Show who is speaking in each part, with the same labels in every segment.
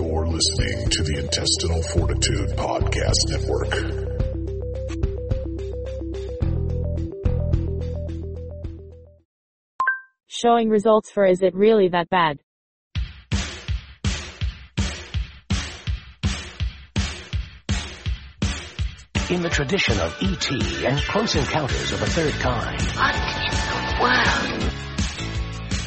Speaker 1: listening to the Intestinal Fortitude Podcast Network.
Speaker 2: Showing results for Is It Really That Bad?
Speaker 3: In the tradition of E.T. and Close Encounters of the Third Kind. What in the world?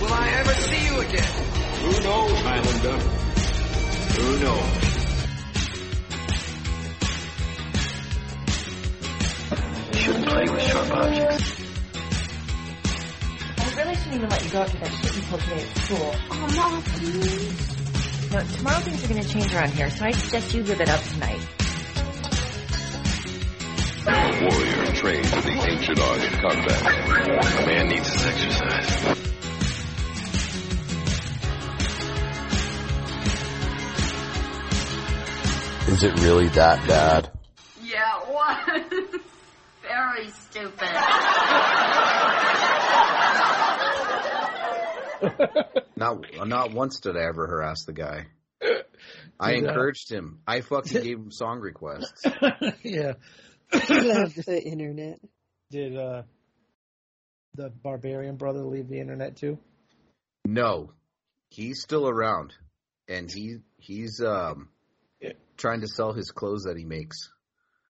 Speaker 4: Will I ever see you again? Who knows, Highlander? Who knows?
Speaker 3: Shouldn't play with sharp objects.
Speaker 5: I really shouldn't even let you go after that shit you pulled today at school. Oh, Mom, please. No, tomorrow things are going to change around here, so I suggest you live it up tonight.
Speaker 6: A warrior trained for the ancient art of combat. A man needs his exercise.
Speaker 7: Is it really that bad?
Speaker 8: Yeah, it was. Very stupid.
Speaker 9: Not not once did I ever harass the guy. I
Speaker 10: Yeah.
Speaker 9: encouraged him. I fucking gave him song requests.
Speaker 10: yeah.
Speaker 11: Love the internet.
Speaker 10: Did uh, the barbarian brother leave the internet too?
Speaker 9: No, he's still around, and he he's um trying to sell his clothes that he makes.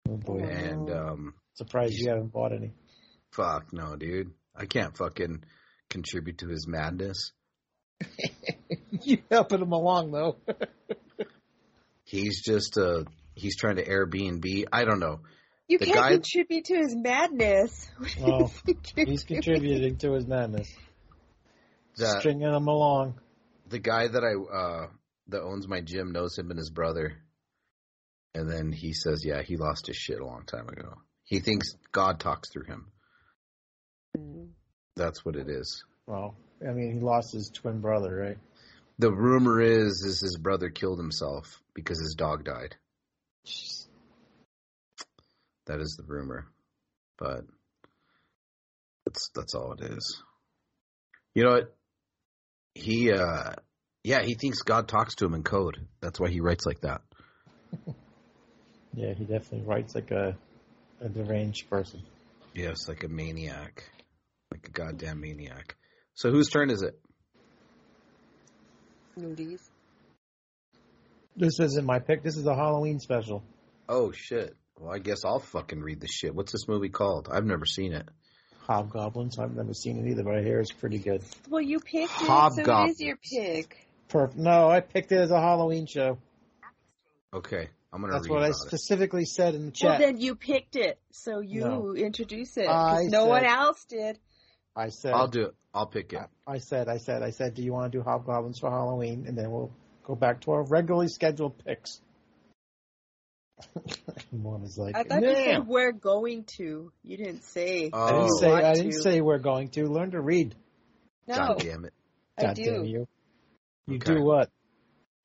Speaker 10: Oh boy!
Speaker 9: And um,
Speaker 10: Surprised you haven't bought any.
Speaker 9: fuck no, dude, I can't fucking contribute to his madness.
Speaker 10: you helping him along though.
Speaker 9: He's just uh he's trying to Airbnb. I don't know.
Speaker 11: You
Speaker 9: The
Speaker 11: can't
Speaker 9: guy-
Speaker 11: contribute to his madness.
Speaker 10: Oh, he's contributing to his madness,
Speaker 9: The
Speaker 10: stringing him along.
Speaker 9: the guy that I uh that owns my gym knows him and his brother. And then he says, "Yeah, he lost his shit a long time ago. He thinks God talks through him.
Speaker 11: Mm.
Speaker 9: That's what it is.
Speaker 10: Well, I mean, he lost his twin brother, right?
Speaker 9: The rumor is is his brother killed himself because his dog died.
Speaker 10: Jeez.
Speaker 9: That is the rumor, but that's that's all it is. You know what? He uh, yeah, he thinks God talks to him in code. That's why he writes like that.
Speaker 10: Yeah, he definitely writes like a a deranged person.
Speaker 9: Yes, like a maniac. Like a goddamn maniac. So whose turn is it?
Speaker 11: Moody's.
Speaker 10: This isn't my pick. This is the Halloween special.
Speaker 9: Oh shit. Well, I guess I'll fucking read the shit. What's this movie called? I've never seen it.
Speaker 10: Hobgoblins. I've never seen it either, but I hear it's pretty good.
Speaker 11: Well, you picked it, so it
Speaker 9: Hobgoblins.
Speaker 11: is your pick.
Speaker 10: Perfect. No, I picked it as a Halloween show.
Speaker 9: Okay, I'm gonna
Speaker 10: That's
Speaker 9: read
Speaker 10: what I
Speaker 9: about it.
Speaker 10: specifically said in the
Speaker 11: Well,
Speaker 10: chat.
Speaker 11: then you picked it, so you
Speaker 10: No.
Speaker 11: introduce it.
Speaker 10: I
Speaker 11: 'cause no one
Speaker 10: said-
Speaker 11: else did.
Speaker 10: I said.
Speaker 9: I'll do it. I'll pick it.
Speaker 10: I said. I said. I said. Do you want to do Hobgoblins for Halloween, and then we'll go back to our regularly scheduled picks. Mom is like,
Speaker 11: I thought you
Speaker 10: "No."
Speaker 11: said we're going to. You didn't say.
Speaker 9: Oh,
Speaker 10: I didn't say.
Speaker 11: want
Speaker 10: I didn't
Speaker 11: to.
Speaker 10: say we're going to learn to read.
Speaker 11: No,
Speaker 9: God damn it.
Speaker 11: I
Speaker 10: God damn
Speaker 11: do.
Speaker 10: you! You
Speaker 9: Okay.
Speaker 10: do what?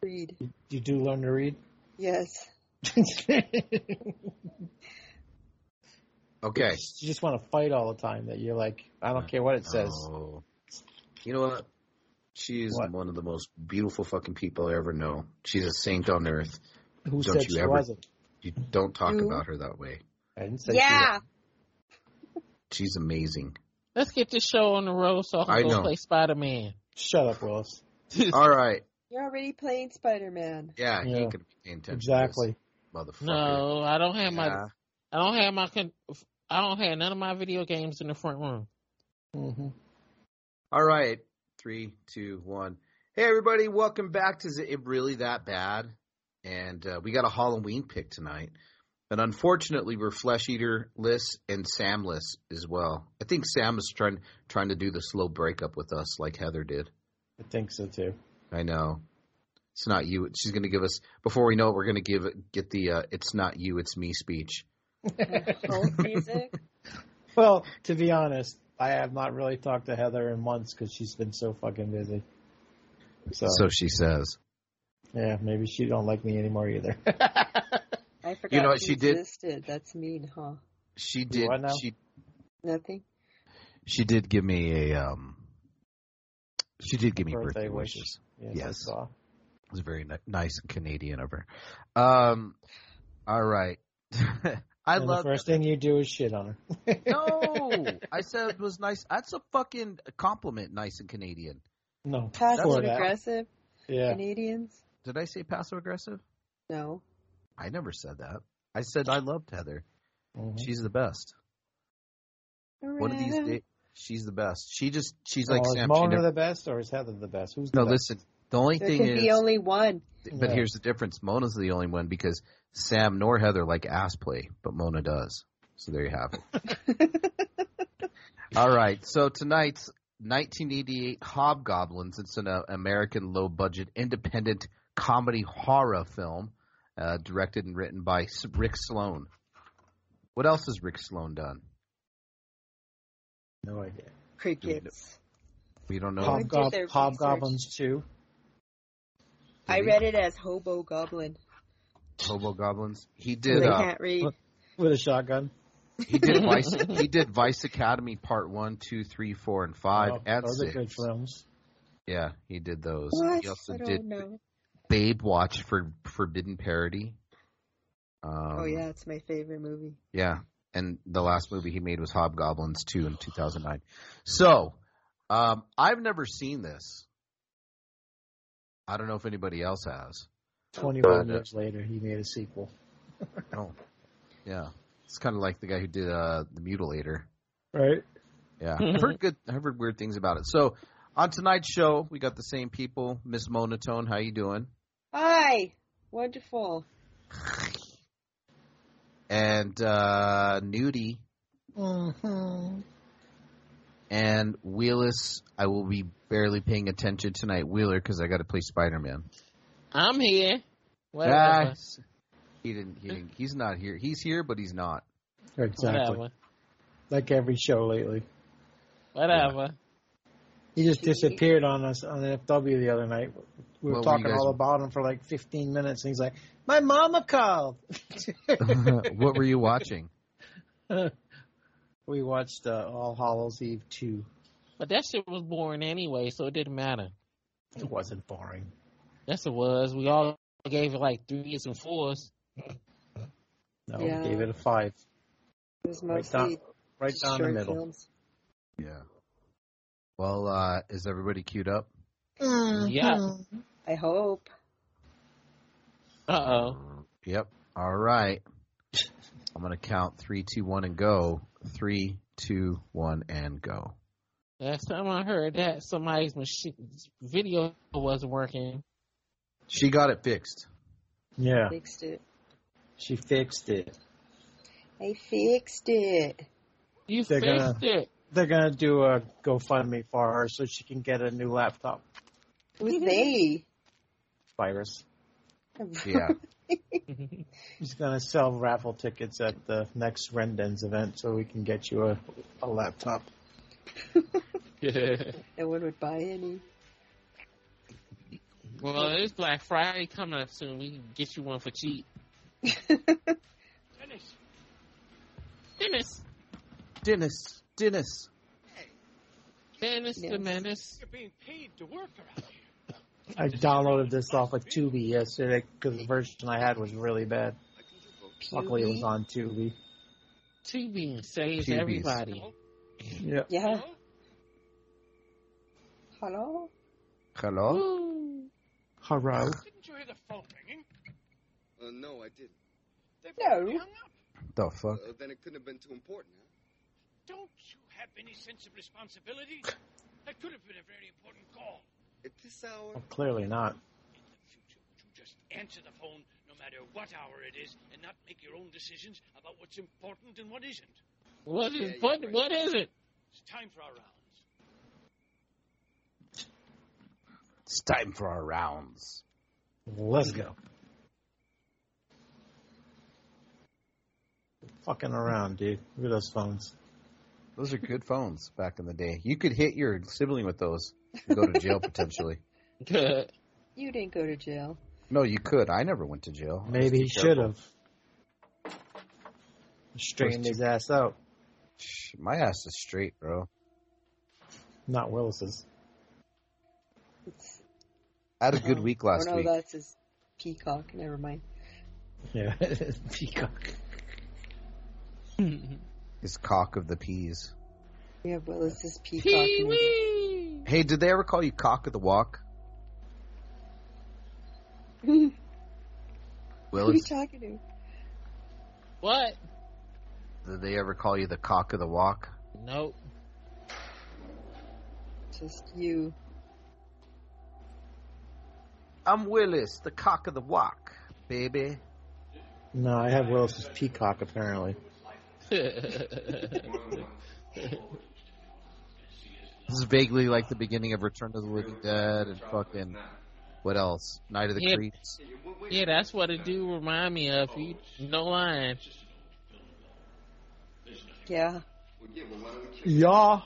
Speaker 11: Read.
Speaker 10: You do learn to read.
Speaker 11: Yes.
Speaker 10: you
Speaker 9: Okay.
Speaker 10: just want to fight all the time. That you're like, I don't care what it says.
Speaker 9: Oh. You know what? She is
Speaker 10: What?
Speaker 9: one of the most beautiful fucking people I ever know. She's a saint on earth.
Speaker 10: Who
Speaker 9: Don't
Speaker 10: said
Speaker 9: you
Speaker 10: she
Speaker 9: ever-
Speaker 10: wasn't?
Speaker 9: You don't talk
Speaker 11: Who?
Speaker 9: about her that way.
Speaker 10: I didn't say she
Speaker 11: Yeah.
Speaker 9: She's amazing.
Speaker 12: Let's get this show on the road so I can
Speaker 9: I
Speaker 12: go
Speaker 9: know.
Speaker 12: play Spider Man.
Speaker 10: Shut up, Willis.
Speaker 9: All right.
Speaker 11: You're already playing Spider Man.
Speaker 9: Yeah, you
Speaker 10: Yeah.
Speaker 9: can pay attention. to this
Speaker 10: Exactly.
Speaker 9: Motherfucker.
Speaker 12: no, I don't have my.
Speaker 9: Yeah.
Speaker 12: I don't have my. Con- I don't have none of my video games in the front room.
Speaker 10: hmm
Speaker 9: All right. Three, two, one. Hey, everybody. Welcome back to Is It Really That Bad? And uh, we got a Halloween pick tonight. And unfortunately, we're Flesh Eater less and Sam less as well. I think Sam is trying trying to do the slow breakup with us like Heather did.
Speaker 10: I think so too.
Speaker 9: I know. It's not you. She's going to give us, before we know it, we're going to give get the uh, it's not you, it's me speech.
Speaker 11: Old music.
Speaker 10: Well, to be honest, I have not really talked to Heather in months because she's been so fucking busy. So,
Speaker 9: So she says.
Speaker 10: yeah, maybe she don't like me anymore either.
Speaker 11: I forgot
Speaker 9: You know what she did?
Speaker 11: existed. That's mean, huh?
Speaker 9: She did.
Speaker 10: what now?
Speaker 9: She
Speaker 11: Nothing.
Speaker 9: she did give me a um She did give me
Speaker 10: Birthday
Speaker 9: birthday,
Speaker 10: wish.
Speaker 9: wishes.
Speaker 10: Yes, I
Speaker 9: Yes.
Speaker 10: saw.
Speaker 9: It was very ni- nice and Canadian of her. Um, all right. I
Speaker 10: and
Speaker 9: love
Speaker 10: the first thing you do is shit on her.
Speaker 9: No, I said it was nice. That's a fucking compliment, nice and Canadian.
Speaker 10: No,
Speaker 11: Passive
Speaker 10: for that.
Speaker 11: aggressive
Speaker 10: Yeah,
Speaker 11: Canadians?
Speaker 9: Did I say passive aggressive?
Speaker 11: No.
Speaker 9: I never said that. I said I loved Heather.
Speaker 10: Mhm.
Speaker 9: She's the best. One of these
Speaker 11: Hooray.
Speaker 9: days, she's the best. She just she's like
Speaker 10: Well, is
Speaker 9: Sam. She
Speaker 10: Mona
Speaker 9: never-
Speaker 10: the best or is Heather the best? Who's the
Speaker 9: no,
Speaker 10: best?
Speaker 9: listen. The only
Speaker 11: There
Speaker 9: thing
Speaker 11: can
Speaker 9: is,
Speaker 11: be only one.
Speaker 9: but
Speaker 10: Yeah.
Speaker 9: here's the difference. Mona's the only one because Sam nor Heather like ass play, but Mona does. So there you have it. All right. So tonight's 1988 Hobgoblins. It's an uh, American low budget independent comedy horror film uh, directed and written by S- Rick Sloan. What else has Rick Sloan done?
Speaker 10: No idea.
Speaker 11: Crickets.
Speaker 9: We don't know.
Speaker 11: Hob-
Speaker 10: Hobgob-
Speaker 11: their
Speaker 10: Hobgoblins too.
Speaker 11: I read it as Hobo Goblin.
Speaker 9: Hobo Goblins. He
Speaker 11: They
Speaker 9: did. Uh,
Speaker 11: can't read.
Speaker 10: with a shotgun.
Speaker 9: He did Vice. he did Vice Academy Part One, Two, Three, Four, and Five,
Speaker 10: Oh,
Speaker 9: and
Speaker 10: those
Speaker 9: Six.
Speaker 10: are good films.
Speaker 9: Yeah, he did those.
Speaker 11: What?
Speaker 9: He also
Speaker 11: I don't
Speaker 9: did
Speaker 11: know.
Speaker 9: Babe Watch for Forbidden Parody. Um,
Speaker 11: oh, yeah, it's my favorite movie.
Speaker 9: yeah. And the last movie he made was Hobgoblins Two in two thousand nine. So, um, I've never seen this. I don't know if anybody else has.
Speaker 10: Twenty-one
Speaker 9: Uh,
Speaker 10: years later, he made a sequel.
Speaker 9: Oh, yeah. It's kind of like the guy who did uh, the Mutilator.
Speaker 10: Right?
Speaker 9: Yeah, I've heard good. I've heard weird things about it. So on tonight's show, we got the same people. Miss Monotone, how you doing?
Speaker 11: Hi! Wonderful.
Speaker 9: And uh Nudie
Speaker 10: Mm-hmm.
Speaker 9: and Wheelis. I will be barely paying attention tonight, Wheeler, because I got to play Spider Man.
Speaker 12: I'm here. Whatever.
Speaker 9: Ah, he didn't. He didn't. He's not here. He's here, but he's not.
Speaker 10: Exactly.
Speaker 12: Whatever.
Speaker 10: Like every show lately,
Speaker 12: Whatever.
Speaker 10: he just disappeared on us on FW the other night. We
Speaker 9: What were
Speaker 10: were
Speaker 9: you
Speaker 10: talking
Speaker 9: guys-
Speaker 10: all about him for like fifteen minutes, and he's like, "My mama called."
Speaker 9: what were you watching?
Speaker 10: we watched uh, All Hallows Eve two.
Speaker 12: But that shit was boring anyway, so it didn't matter.
Speaker 10: It wasn't boring.
Speaker 12: Yes, it was. We all gave it like threes and fours.
Speaker 10: No,
Speaker 11: Yeah.
Speaker 10: we gave it a five,
Speaker 11: It was
Speaker 10: Right down-
Speaker 11: mostly
Speaker 10: right
Speaker 11: just
Speaker 10: down the
Speaker 11: short
Speaker 10: middle.
Speaker 11: films.
Speaker 9: Yeah. Well, uh is everybody queued up?
Speaker 12: Yeah.
Speaker 11: I hope.
Speaker 12: Uh oh.
Speaker 9: Yep. All right. I'm gonna count three, two, one, and go. Three, two, one, and go.
Speaker 12: Last time I heard that, somebody's machine video wasn't working.
Speaker 9: She got it fixed.
Speaker 10: Yeah,
Speaker 11: Fixed it.
Speaker 10: she fixed it.
Speaker 11: I fixed it.
Speaker 12: You
Speaker 10: They're gonna-
Speaker 12: fixed it.
Speaker 10: They're gonna do a GoFundMe for her so she can get a new laptop.
Speaker 11: Who's they?
Speaker 10: Virus.
Speaker 9: Yeah.
Speaker 10: He's gonna sell raffle tickets at the next Rendens event so we can get you a, a laptop.
Speaker 11: No one would buy any.
Speaker 12: well, it's Black Friday coming up soon. We can get you one for cheap. Dennis. Dennis.
Speaker 9: Dennis. Dennis.
Speaker 12: Dennis the
Speaker 11: Yes.
Speaker 12: Menace.
Speaker 10: I downloaded this off of Tubi yesterday because the version I had was really bad. Luckily, it was on Tubi.
Speaker 12: Tubi saves
Speaker 9: Tubi's.
Speaker 12: everybody.
Speaker 10: Yeah.
Speaker 11: Yeah. Hello?
Speaker 9: Hello?
Speaker 10: Hello.
Speaker 13: Uh, no, I didn't.
Speaker 11: No.
Speaker 9: The fuck?
Speaker 13: Uh, then it couldn't have been too important, huh?
Speaker 14: Don't you have any sense of responsibility? That could have been a very important call.
Speaker 13: At this hour,
Speaker 10: Well, clearly not.
Speaker 14: In the future, would you just answer the phone no matter what hour it is and not make your own decisions about what's important and what isn't?
Speaker 12: What
Speaker 13: Yeah,
Speaker 12: is
Speaker 13: you're
Speaker 12: what?
Speaker 13: right.
Speaker 12: What is it?
Speaker 14: It's time for our rounds.
Speaker 9: It's time for our rounds.
Speaker 10: Let's go. Fucking around, dude. Look at those phones.
Speaker 9: Those are good phones back in the day. You could hit your sibling with those and go to jail potentially.
Speaker 12: Good.
Speaker 11: You didn't go to jail.
Speaker 9: No, you could. I never went to jail. I
Speaker 10: Maybe he
Speaker 9: was too
Speaker 10: should
Speaker 9: careful.
Speaker 10: have. Straightened his ass out.
Speaker 9: Shh, My ass is straight, bro.
Speaker 10: Not Willis's.
Speaker 9: I had a good week last
Speaker 11: oh, no,
Speaker 9: week.
Speaker 11: that's his peacock. Never mind.
Speaker 10: Yeah, peacock.
Speaker 9: His cock of the peas.
Speaker 11: Yeah, well, it's his peacock. movie.
Speaker 9: Hey, did they ever call you cock of the walk?
Speaker 11: Who are you
Speaker 9: Willis,
Speaker 11: talking to?
Speaker 12: What?
Speaker 9: did they ever call you the cock of the walk?
Speaker 12: Nope.
Speaker 11: Just you.
Speaker 9: I'm Willis, the cock of the walk, baby.
Speaker 10: No, I have Willis's peacock apparently.
Speaker 9: This is vaguely like the beginning of Return of the Living Dead and fucking what else? Night of the
Speaker 12: Yeah.
Speaker 9: Creeps.
Speaker 12: yeah, that's what it do remind me of. You no lying.
Speaker 11: Yeah.
Speaker 10: Yeah.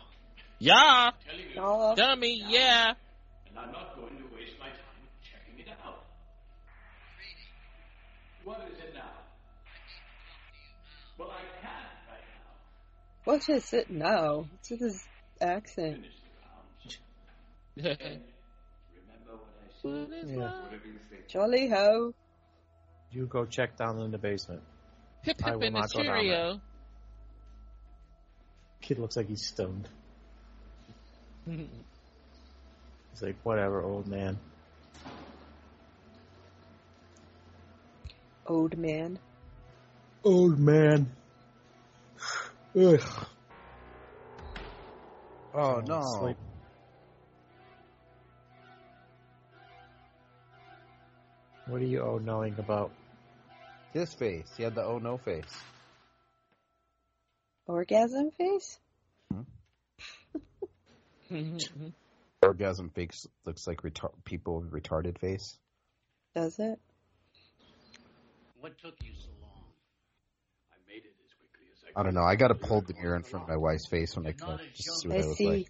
Speaker 12: Yeah,
Speaker 11: Oh,
Speaker 12: dummy. Yeah.
Speaker 5: And I'm not going to waste my time checking it out. What is it now? Well, I can't right now.
Speaker 11: What is it now? It's with his accent.
Speaker 10: Yeah.
Speaker 11: Jolly ho.
Speaker 10: You go check down in the basement.
Speaker 12: Pip
Speaker 10: I
Speaker 12: pip
Speaker 10: will
Speaker 12: in the
Speaker 10: not go down
Speaker 12: Cheerio.
Speaker 10: Kid looks like he's stoned. He's like, whatever, old man.
Speaker 11: Old man.
Speaker 10: Old man. Ugh.
Speaker 9: Oh no.
Speaker 10: Sleep. What are you oh knowing about?
Speaker 9: His face. He had the oh no face.
Speaker 11: Orgasm face?
Speaker 9: Orgasm face looks like retar- people with retarded face.
Speaker 11: Does it?
Speaker 5: What took you so long? I made it as quickly as I could.
Speaker 9: I don't know. I got to pull the mirror in front of my wife's face when I come just to see what
Speaker 11: I
Speaker 9: it looked
Speaker 11: see.
Speaker 9: like.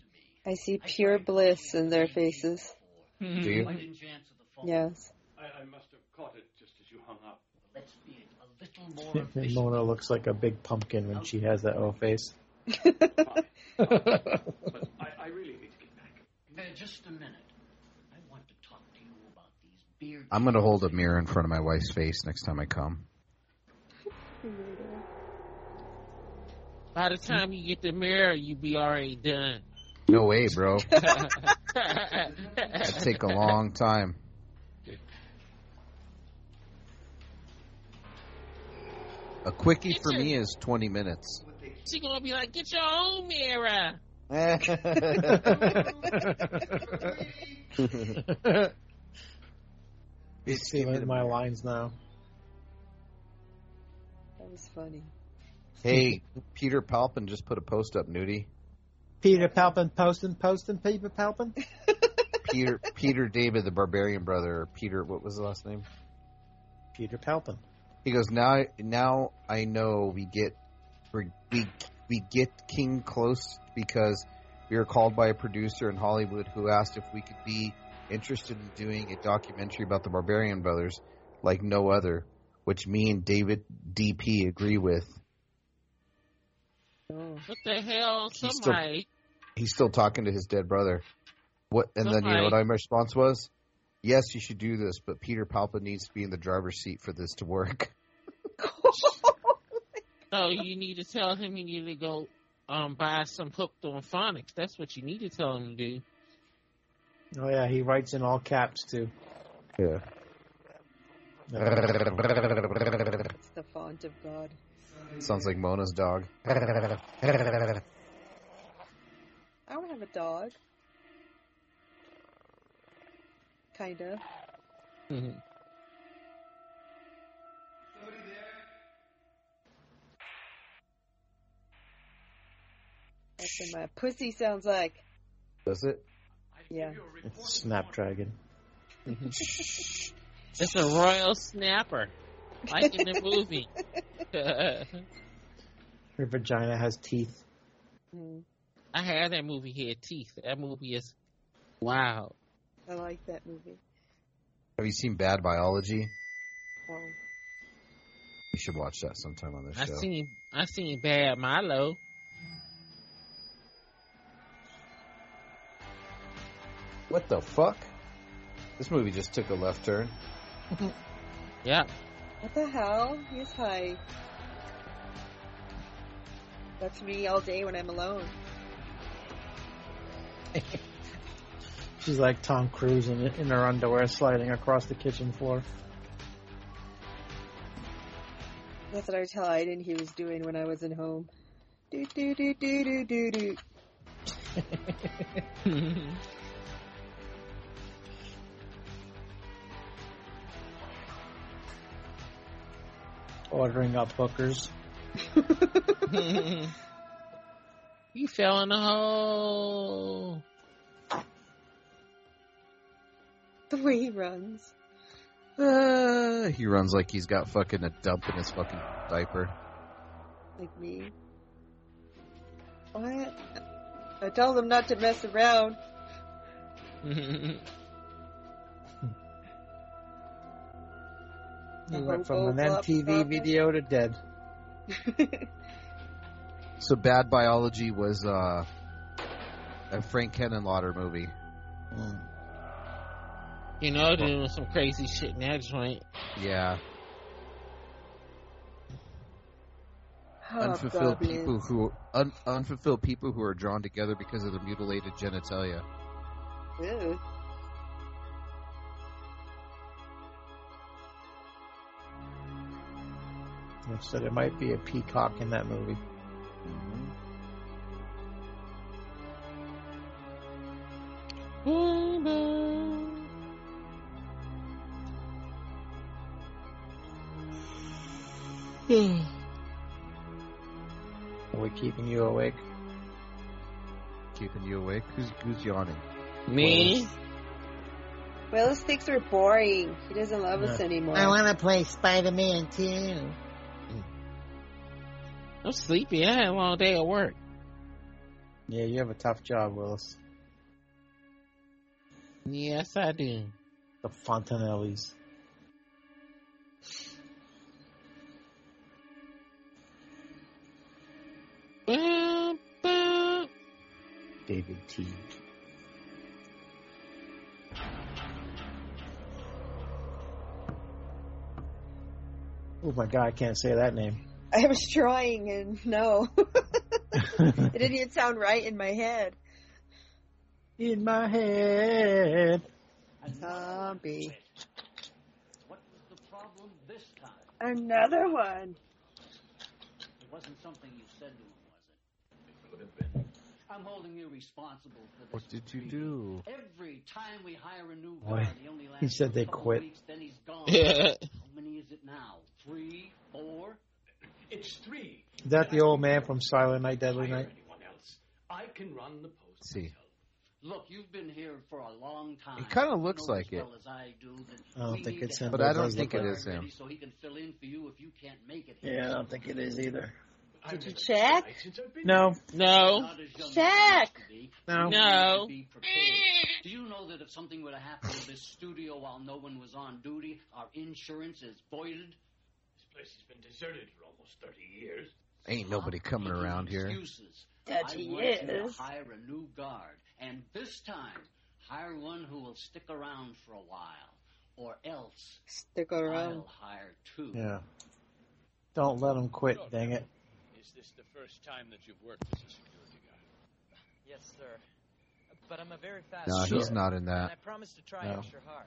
Speaker 11: I see pure bliss in their faces.
Speaker 9: Do you?
Speaker 5: Why didn't you answer the phone?
Speaker 11: Yes.
Speaker 5: I, I must have caught it just as you hung up. Let's be a little more efficient.
Speaker 10: Mona looks like a big pumpkin when she has that O face.
Speaker 5: but I, I really need to get back. just a minute. I want to talk to you about these beard.
Speaker 9: I'm gonna hold a mirror in front of my wife's face next time I come.
Speaker 12: By the time you get the mirror, you be already done.
Speaker 9: No way, bro. That'd take a long time. A quickie for me is 20 minutes.
Speaker 12: she gonna be like, get your own mirror.
Speaker 10: you see my- my lines now.
Speaker 11: That was funny.
Speaker 9: hey, Peter Palpin just put a post up, Nudie.
Speaker 10: Peter Palpin posting, posting, Peter Palpin.
Speaker 9: Peter Peter David, the Barbarian brother. or Peter, what was the last name?
Speaker 10: Peter Palpin.
Speaker 9: He goes now. Now I know we get we we we get King close because we were called by a producer in Hollywood who asked if we could be interested in doing a documentary about the Barbarian Brothers, like no other, which me and David DP agree with.
Speaker 11: Oh.
Speaker 12: What the hell?
Speaker 9: He's still-
Speaker 12: Somebody.
Speaker 9: He's still talking to his dead brother. What? And then you know what my response was? Yes, you should do this, but Peter Palpin needs to be in the driver's seat for this to work.
Speaker 12: So you need to tell him you need to go um buy some hooked on phonics. That's what you need to tell him to do.
Speaker 10: Oh yeah, he writes in all caps too.
Speaker 9: Yeah.
Speaker 11: It's the font of God.
Speaker 9: Sounds like Mona's dog.
Speaker 11: I don't have a dog. Kind of.
Speaker 12: Mhm.
Speaker 11: That's what my pussy sounds like.
Speaker 9: Does it?
Speaker 11: Yeah.
Speaker 10: It's Snapdragon.
Speaker 12: It's a royal snapper, like in the movie. I
Speaker 10: Her vagina has teeth.
Speaker 11: Mm,
Speaker 12: had that movie here, teeth. That movie is wow.
Speaker 11: I like that movie.
Speaker 9: Have you seen Bad Biology?
Speaker 11: Oh.
Speaker 9: You should watch that sometime on this
Speaker 12: I
Speaker 9: show.
Speaker 12: seen I seen bad Milo.
Speaker 9: What the fuck? This movie just took a left turn.
Speaker 12: yeah.
Speaker 11: What the hell? He's high. That's me all day when I'm alone.
Speaker 10: She's like Tom Cruise in, in her underwear sliding across the kitchen floor.
Speaker 11: That's what I tell Aiden he was doing when I wasn't home. Do do do do do do do.
Speaker 10: Ordering up hookers.
Speaker 12: you fell in a hole.
Speaker 11: The way he runs.
Speaker 9: Uh, he runs like he's got fucking a dump in his fucking diaper.
Speaker 11: Like me. What? I tell them not to mess around.
Speaker 10: You went from an MTV video to dead.
Speaker 11: Oh,
Speaker 9: So Bad Biology was uh, a Frank Lauder movie.
Speaker 12: You know, they're doing some crazy shit in that joint.
Speaker 9: Yeah.
Speaker 11: Oh,
Speaker 9: unfulfilled
Speaker 11: Hobgoblins.
Speaker 9: people who un, unfulfilled people who are drawn together because of their mutilated genitalia.
Speaker 11: Ew.
Speaker 10: So there might be a peacock in that movie.
Speaker 5: Hmm.
Speaker 10: Are we keeping you awake?
Speaker 9: Keeping you awake? Who's who's yawning?
Speaker 12: Me?
Speaker 11: Willis thinks we're boring. He doesn't love us
Speaker 5: Yeah.
Speaker 11: anymore.
Speaker 5: I want to play Spider Man too.
Speaker 12: I'm sleepy. I had a long day at work.
Speaker 10: Yeah, you have a tough job, Willis.
Speaker 12: Yes, I do.
Speaker 10: The Fontanellis.
Speaker 12: Bum, bum.
Speaker 10: David T. Oh my god, I can't say that name.
Speaker 11: I was trying and no. it didn't even sound right in my head.
Speaker 10: In my head.
Speaker 11: Zombie. Another one.
Speaker 14: It wasn't something you said to him, was it? It could have
Speaker 9: been.
Speaker 14: I'm holding you responsible for this.
Speaker 9: What did you do?
Speaker 14: Every time we hire a new
Speaker 10: Boy,
Speaker 14: guy, he only lasts
Speaker 10: he said
Speaker 14: for
Speaker 10: they
Speaker 14: a couple
Speaker 10: quit.
Speaker 14: Weeks, then he's gone.
Speaker 10: Yeah.
Speaker 14: How many is it now? Three, four? It's three.
Speaker 10: Is that the old man from Silent Night, Deadly Night?
Speaker 14: Anyone else? I can run the post.
Speaker 9: See,
Speaker 14: Look, you've been here for a long time.
Speaker 9: He kinda
Speaker 14: You
Speaker 9: looks
Speaker 14: know
Speaker 9: like
Speaker 14: as
Speaker 9: it.
Speaker 14: well as I do that
Speaker 10: I don't
Speaker 14: we
Speaker 10: think
Speaker 14: need
Speaker 10: it's
Speaker 14: to
Speaker 10: him,
Speaker 14: have
Speaker 9: but I
Speaker 14: a
Speaker 9: don't
Speaker 14: guy
Speaker 9: think it
Speaker 14: ready
Speaker 9: is him.
Speaker 14: So he can fill in for you if you can't make it.
Speaker 10: Yeah, I don't think it is either.
Speaker 11: Did you check?
Speaker 10: No.
Speaker 12: No.
Speaker 11: Check.
Speaker 10: No.
Speaker 12: No.
Speaker 14: Be prepared. Do you know that if something were to happen to this studio while no one was on duty, our insurance is voided? This place has been deserted for almost 30 years.
Speaker 9: Ain't nobody coming around here.
Speaker 14: Excuses.
Speaker 11: That
Speaker 14: I
Speaker 11: he
Speaker 14: want you to
Speaker 11: is.
Speaker 14: hire a new guard, and this time, hire one who will stick around for a while, or else
Speaker 11: Stick around.
Speaker 14: I'll hire two.
Speaker 10: Yeah. Don't let him quit, dang it.
Speaker 15: Is this the first time that you've worked as a security guard?
Speaker 16: Yes, sir. But I'm a very fast.
Speaker 9: No, he's
Speaker 16: shooter,
Speaker 9: not in that.
Speaker 16: And I promise to try
Speaker 9: No.
Speaker 16: extra hard.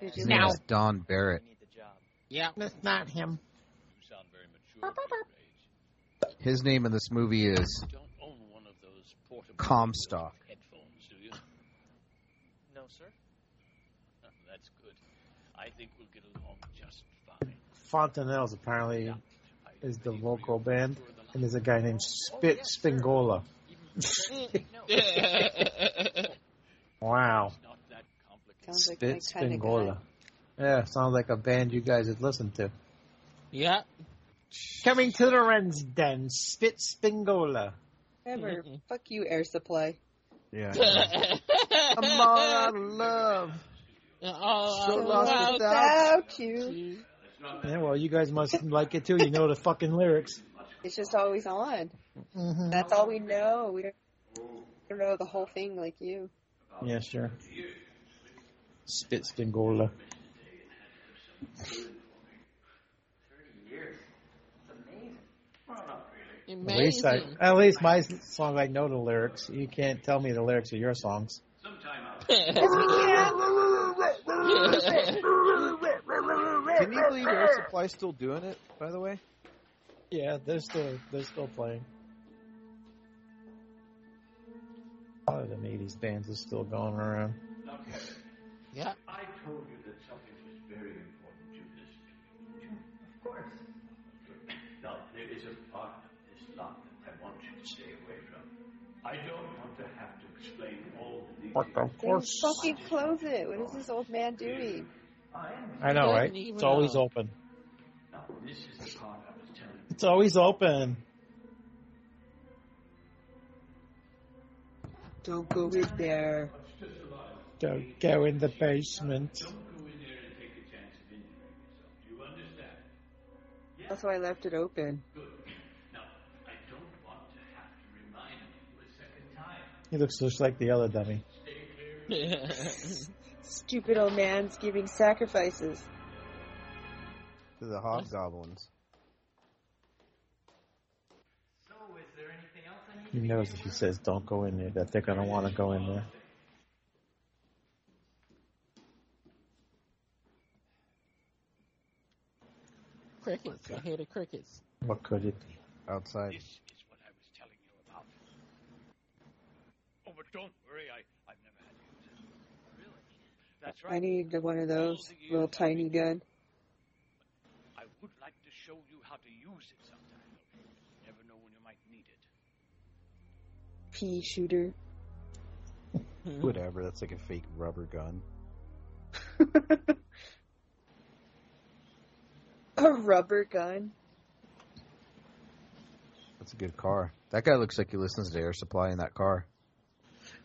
Speaker 11: Did
Speaker 9: His name is Don Barrett.
Speaker 16: Need the job.
Speaker 12: Yeah.
Speaker 5: That's not him.
Speaker 15: You sound very mature.
Speaker 9: His name in this movie is
Speaker 15: You don't own one of those portable
Speaker 9: Comstock.
Speaker 15: headphones, do you? Oh,
Speaker 16: No, sir.
Speaker 15: That's good. I think we'll get along just fine.
Speaker 10: Fontanelles apparently is the local band, and there's a guy named Spit Spingola. wow.
Speaker 11: Sounds like
Speaker 10: Spit
Speaker 11: my kinda
Speaker 10: Spingola. Yeah, sounds like a band you guys would listen to.
Speaker 12: Yeah.
Speaker 10: Coming to the Wren's Den, Spit Spingola.
Speaker 11: Ever. Fuck you, air supply.
Speaker 9: Yeah.
Speaker 11: I'm all out of love.
Speaker 12: Oh,
Speaker 11: So
Speaker 12: I'm
Speaker 11: lost
Speaker 12: out
Speaker 11: without
Speaker 12: of-
Speaker 11: you.
Speaker 10: Yeah, well, you guys must like it too. You know the fucking lyrics.
Speaker 11: It's just always on. That's all we know. We don't, we don't know the whole thing like you.
Speaker 10: Yeah, sure. Spitzengola. At least, I, at least my song, I know the lyrics. You can't tell me the lyrics of your songs.
Speaker 9: Can you believe Air Supply still doing it? By the way,
Speaker 10: Yeah, they're still they're still playing. A lot of them '80s bands are still going around.
Speaker 12: Yeah.
Speaker 4: I told you that something was very important to this. Of course. Now, there is a part of this lot that I want you to stay away from. I don't want to have to explain all the details.
Speaker 11: Then fucking close it. What is this old man doing?
Speaker 10: I know, right? It's always open.
Speaker 4: Now, this is the part I was telling you.
Speaker 10: It's always open.
Speaker 11: Don't go in there.
Speaker 10: Don't go in the basement.
Speaker 11: That's why I left it open.
Speaker 10: He looks just like the other dummy.
Speaker 11: Stupid old man's giving sacrifices.
Speaker 9: to the hobgoblins.
Speaker 10: He knows if he says don't go in there that they're gonna want to go in there.
Speaker 12: Crickets. I hear the crickets.
Speaker 10: What could it be?
Speaker 9: Outside.
Speaker 14: Oh, but don't worry, I, I've never had cancer. Really? That's right.
Speaker 11: I need one of those little tiny gun.
Speaker 14: I would like to show you how to use it sometime. You never know when you might need it.
Speaker 11: pea shooter.
Speaker 9: Whatever. That's like a fake rubber gun.
Speaker 11: A rubber gun.
Speaker 9: That's a good car. That guy looks like he listens to Air Supply in that car.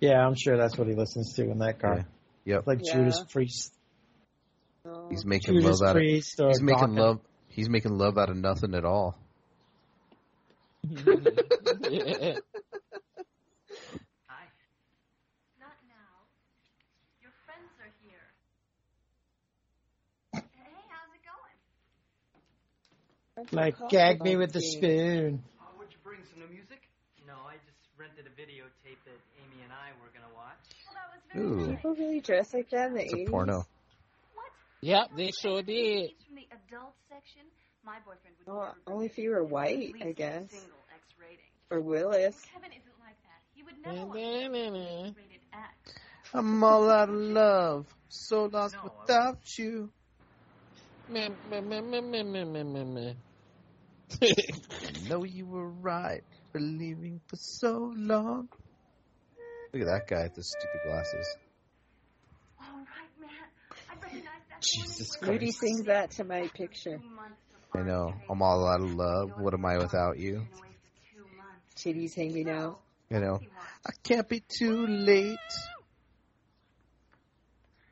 Speaker 10: Yeah, I'm sure that's what he listens to in that car.
Speaker 9: Yep.
Speaker 10: Like
Speaker 11: Yeah.
Speaker 10: Judas Priest.
Speaker 11: Oh,
Speaker 9: He's making
Speaker 10: Judas
Speaker 9: love out of.
Speaker 10: Priest or
Speaker 9: He's making
Speaker 10: Gawker.
Speaker 9: love. He's making love out of nothing at all.
Speaker 8: Not now. Your friends are here. Hey, how's it going?
Speaker 10: Like gag me with the spoon.
Speaker 17: Uh, would you bring some new music? No, I just rented a videotape that Amy and I were gonna watch.
Speaker 9: Ooh,
Speaker 11: People really dress like that in the
Speaker 9: it's a
Speaker 11: eighties.
Speaker 9: porno.
Speaker 12: Yep, they sure did.
Speaker 8: He's from the adult section. My boyfriend would
Speaker 11: Oh, only if you were white, I guess,
Speaker 8: single X rating.
Speaker 11: or Willis.
Speaker 8: Kevin isn't like that. He would never want to
Speaker 12: Da-da-da-da.
Speaker 8: rated X.
Speaker 9: I'm all out of love. So lost without you.
Speaker 12: Meh, meh, meh, meh, meh, meh, meh, meh, meh.
Speaker 9: I know you were right for leaving for so long. Look at that guy with the stupid glasses.
Speaker 8: All right, man. I recognize that.
Speaker 9: Jesus
Speaker 11: Rudy
Speaker 9: Christ.
Speaker 11: sings that to my picture.
Speaker 9: I know. I'm all out of love. What am I without you?
Speaker 11: Titties hanging out.
Speaker 9: You know. I can't be too late.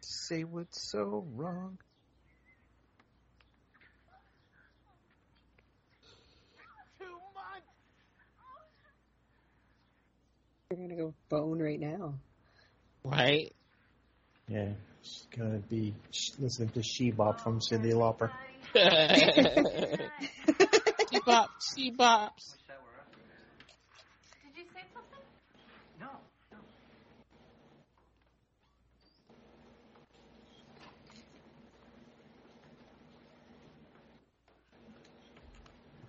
Speaker 9: Say what's so wrong.
Speaker 11: They're gonna go bone right now.
Speaker 12: Right?
Speaker 10: Yeah, she's gonna be sh- listening to She Bop from Cindy Lauper.
Speaker 12: she bops, she bops.
Speaker 8: Did you say something?
Speaker 17: No.